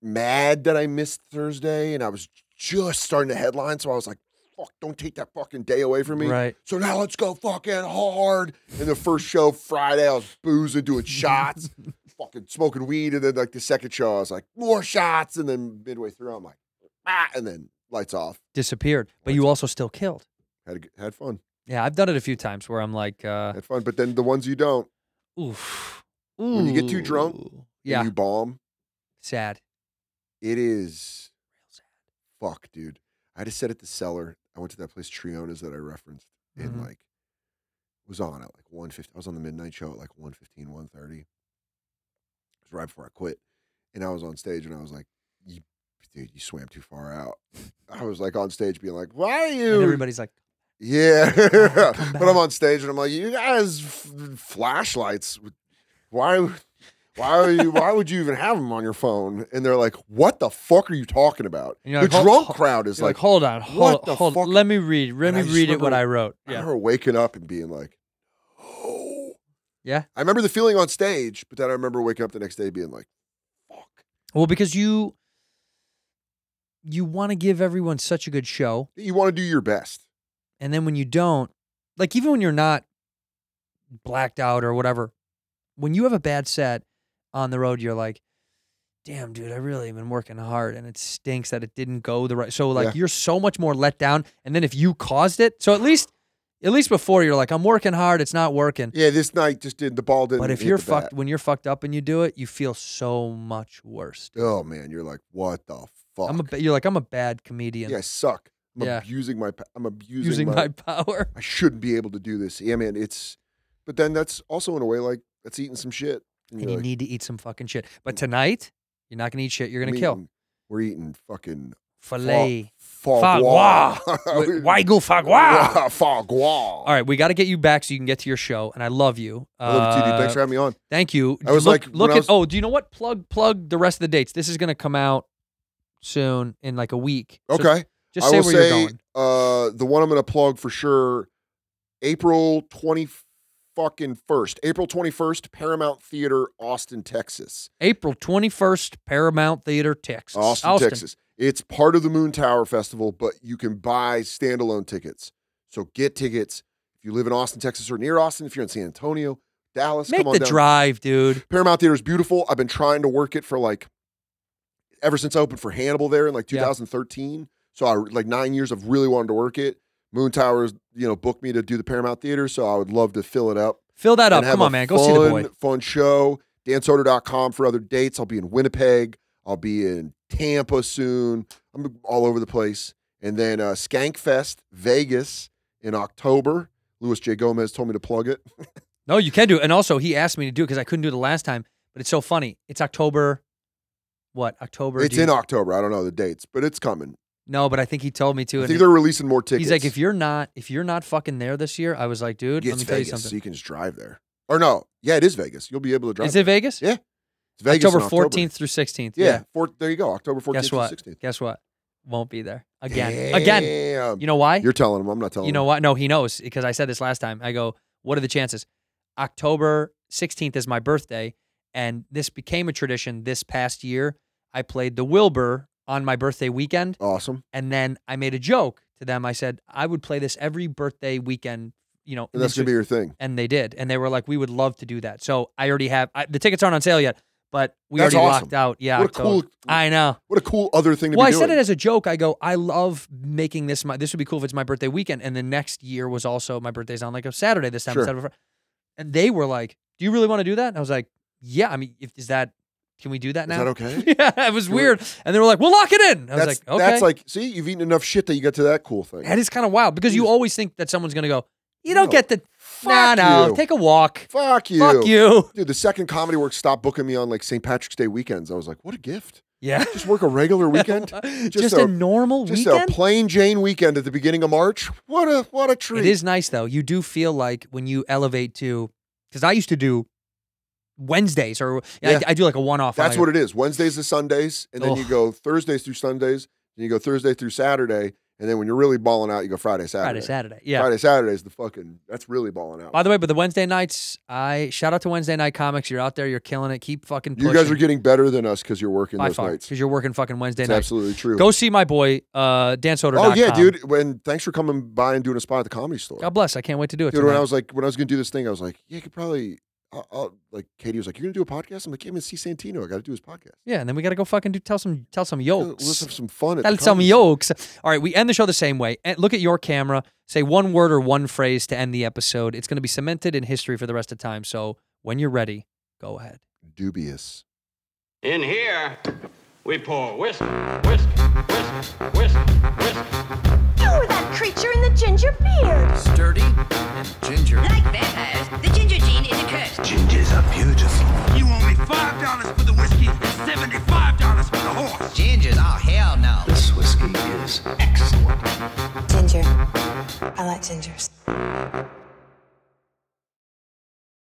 S9: mad that I missed Thursday, and I was just starting to headline, so I was like, "Fuck, don't take that fucking day away from me."
S1: Right.
S9: So now let's go fucking hard. And the first show Friday, I was boozing, doing shots, fucking smoking weed, and then like the second show, I was like more shots, and then midway through, I'm like, ah, and then lights off
S1: Disappeared. But you also still killed.
S9: had a g- had fun,
S1: Yeah, I've done it a few times where I'm like, uh,
S9: had fun. But then the ones you don't,
S1: oof.
S9: When you get too drunk,
S1: Ooh.
S9: and
S1: yeah,
S9: you bomb,
S1: sad.
S9: it is fuck, dude. I had a set at the cellar. I went to that place Triona's that I referenced, and
S1: Mhm.
S9: like was on at like one fifty. I was on the midnight show at like 1.15, 1.30. It was right before I quit, and I was on stage, and I was like, you, "Dude, you swam too far out." I was like on stage being like, "Why are you?"
S1: And everybody's like,
S9: Yeah,
S1: come
S9: but
S1: back.
S9: I'm on stage and I'm like, you guys, f- flashlights. Why? Why are you? Why would you even have them on your phone? And they're like, "What the fuck are you talking about?"
S1: And you're like,
S9: the
S1: "Hold-
S9: drunk
S1: hold-
S9: crowd is
S1: You're like,
S9: like,
S1: hold on, hold,
S9: what the
S1: hold.
S9: fuck?"
S1: Let me read. Let
S9: And
S1: me
S9: I just
S1: read it. What
S9: remember-
S1: I wrote.
S9: I
S1: Yeah.
S9: remember waking up and being like, "Oh."
S1: Yeah.
S9: I remember the feeling on stage, but then I remember waking up the next day being like, "Fuck."
S1: Well, because you you want to give everyone such a good show,
S9: You want to do your best.
S1: and then when you don't, like even when you're not blacked out or whatever, when you have a bad set on the road, you're like, "Damn, dude, I really been working hard, and it stinks that it didn't go the right." So like
S9: Yeah.
S1: you're so much more let down, and then if you caused it, so at least at least before you're like, "I'm working hard, it's not working."
S9: Yeah, this night just did the ball didn't.
S1: But if
S9: hit
S1: you're
S9: the bat.
S1: fucked, when you're fucked up and you do it, you feel so much worse.
S9: oh man, you're like, "What the fuck?"
S1: I'm a, ba- you're like, I'm a bad comedian.
S9: yeah, I suck. I'm
S1: Yeah.
S9: abusing my. pa- I'm abusing,
S1: using
S9: my
S1: my power.
S9: I shouldn't be able to do this. Yeah, man, it's. But then that's also in a way like that's eating some shit.
S1: and
S9: you're
S1: you
S9: like, Mm.
S1: need to eat some fucking shit. But tonight, you're not gonna eat shit. You're gonna
S9: I'm
S1: kill
S9: eating- We're eating fucking
S1: filet.
S9: Fa-
S1: Fagua.
S9: We-
S1: Weigel fagua.
S9: Yeah, fagua. All
S1: All right, we got to get you back so you can get to your show, and I love you.
S9: I love you too, dude.
S1: Uh,
S9: Thanks for having me on.
S1: Thank you.
S9: I was
S1: look,
S9: like, when
S1: look
S9: I
S1: at.
S9: was-
S1: Oh, do you know what? Plug, plug the rest of the dates. This is gonna come out soon in like a week. uh, So
S9: Okay.
S1: just
S9: I
S1: say
S9: will
S1: where
S9: say
S1: you're going.
S9: Uh, the one I'm going to plug for sure, April 20 fucking first. April 21st, Paramount Theater, Austin, Texas.
S1: April 21st, Paramount Theater, Texas.
S9: Austin, Texas. It's part of the Moon Tower Festival, but you can buy standalone tickets. So get tickets if you live in Austin, Texas, or near Austin. If you're in San Antonio, Dallas,
S1: Make
S9: come on
S1: the
S9: down.
S1: drive, dude.
S9: Paramount Theater is beautiful. I've been trying to work it for like ever since I opened for Hannibal there in like
S1: Yeah.
S9: 2013. So I like nine years I've really wanted to work it. Moon Towers, you know, booked me to do the Paramount Theater, so I would love to fill it up.
S1: Fill that up.
S9: and have
S1: Come on,
S9: a
S1: man. Go see the boy.
S9: fun- Fun show. DanSoder.com for other dates. I'll be in Winnipeg. I'll be in Tampa soon. I'm all over the place. And then uh, Skankfest Vegas in October. Louis J. Gomez told me to plug it.
S1: No, you can do it. And also, he asked me to do it because I couldn't do it the last time. But it's so funny. It's October. What October?
S9: It's
S1: do you-
S9: in October. I don't know the dates, but it's coming.
S1: No, but I think he told me to.
S9: I
S1: And
S9: think
S1: he-
S9: they're releasing more tickets.
S1: he's like, if you're not, if you're not fucking there this year, I was like, dude,
S9: Yeah,
S1: let me
S9: it's
S1: tell you
S9: Vegas, so
S1: something.
S9: you can just drive there. Or no, yeah, it is Vegas. You'll be able to drive.
S1: Is it
S9: there.
S1: Vegas?
S9: Yeah, It's Vegas in
S1: October 14th through 16th.
S9: Yeah,
S1: Yeah.
S9: four- there you go. October fourteenth.
S1: Guess what?
S9: To 16th.
S1: Guess what? Won't be there again. Again.
S9: Damn.
S1: You know why?
S9: You're telling him. I'm not telling
S1: You know what? No, he knows because I said this last time. I go, what are the chances? October 16th is my birthday, and this became a tradition this past year. I played the Wilbur on my birthday weekend.
S9: him. Awesome.
S1: And then I made a joke to them. I said, I would play this every birthday weekend, you know.
S9: And that's
S1: this-
S9: gonna be your thing.
S1: and they did. And they were like, we would love to do that. So I already have, I, the tickets aren't on sale yet, but we
S9: That's
S1: already
S9: awesome.
S1: locked out. Yeah.
S9: What a
S1: October.
S9: cool-
S1: I know.
S9: What a cool other thing to
S1: Well, I
S9: be doing.
S1: said it as a joke. I go, I love making this my, this would be cool if it's my birthday weekend. And the next year was also, my birthday's on like a Saturday this time.
S9: Sure.
S1: Instead of a, Fri- and they were like, do you really want to do that? And I was like, yeah. I mean, if, is that, can we do that
S9: Is
S1: now?
S9: that okay?
S1: yeah. It was
S9: Can we-
S1: weird. And they were like, we'll lock it in. I was
S9: that's
S1: like, okay.
S9: that's like, see, you've eaten enough shit that you get to that cool thing.
S1: That is kind of wild because you
S9: Jeez.
S1: always think that someone's going to go, you don't
S9: No.
S1: get the. Nah,
S9: Fuck
S1: no.
S9: you.
S1: Take a walk.
S9: Fuck you.
S1: Fuck you.
S9: Dude, the second comedy work stopped booking me on like St. Patrick's Day weekends. I was like, what a gift.
S1: Yeah.
S9: Just work a regular weekend.
S1: Just,
S9: a-
S1: a, normal
S9: Just
S1: weekend.
S9: a plain Jane weekend at the beginning of March. What a what a treat.
S1: it is nice though. You do feel like when you elevate to, because I used to do Wednesdays or
S9: Yeah.
S1: I, I do like a one off.
S9: That's what it is. Wednesdays to Sundays, and then you
S1: Ugh.
S9: go Thursdays through Sundays, then you go Thursday through Saturday, and then when you're really balling out, you go Friday, Saturday.
S1: Friday, Saturday. Yeah.
S9: Friday, Saturday is the fucking. That's really balling out.
S1: By the way, but the Wednesday nights, I shout out to Wednesday night comics. You're out there, you're killing it. Keep fucking
S9: you
S1: pushing.
S9: guys are getting better than us because you're working
S1: by
S9: those
S1: far
S9: nights.
S1: because you're working fucking Wednesday
S9: It's
S1: nights.
S9: absolutely true.
S1: Go see my boy, uh, danceoder.com.
S9: oh yeah, dude. When thanks for coming by and doing a spot at the comedy store.
S1: God bless. I can't wait to do it.
S9: Dude, when I
S1: tonight.
S9: was like, when I was gonna do this thing, I was like, yeah, you could probably. I'll, I'll, like Katie was like, you're gonna do a podcast. I'm like, yeah, I'm gonna see Santino. I got to do his podcast.
S1: Yeah, and then we gotta go fucking do tell some tell some
S9: Oh,
S1: yokes.
S9: Let's have some fun. At the
S1: Tell some
S9: comedy store.
S1: yokes. All right, we end the show the same way. And look at your camera. Say one word or one phrase to end the episode. It's gonna be cemented in history for the rest of time. So when you're ready, go ahead.
S9: Dubious.
S2: In here, we pour whisk, whisk, whisk, whisk, whisk.
S3: You were Oh, that creature in the ginger beard.
S4: Sturdy and ginger.
S5: Like vampires, the ginger gene is a curse.
S6: Gingers are beautiful.
S7: You owe me five dollars for the whiskey and seventy-five dollars for the horse.
S4: Gingers, oh hell no.
S6: This whiskey is excellent.
S8: Ginger. I like gingers.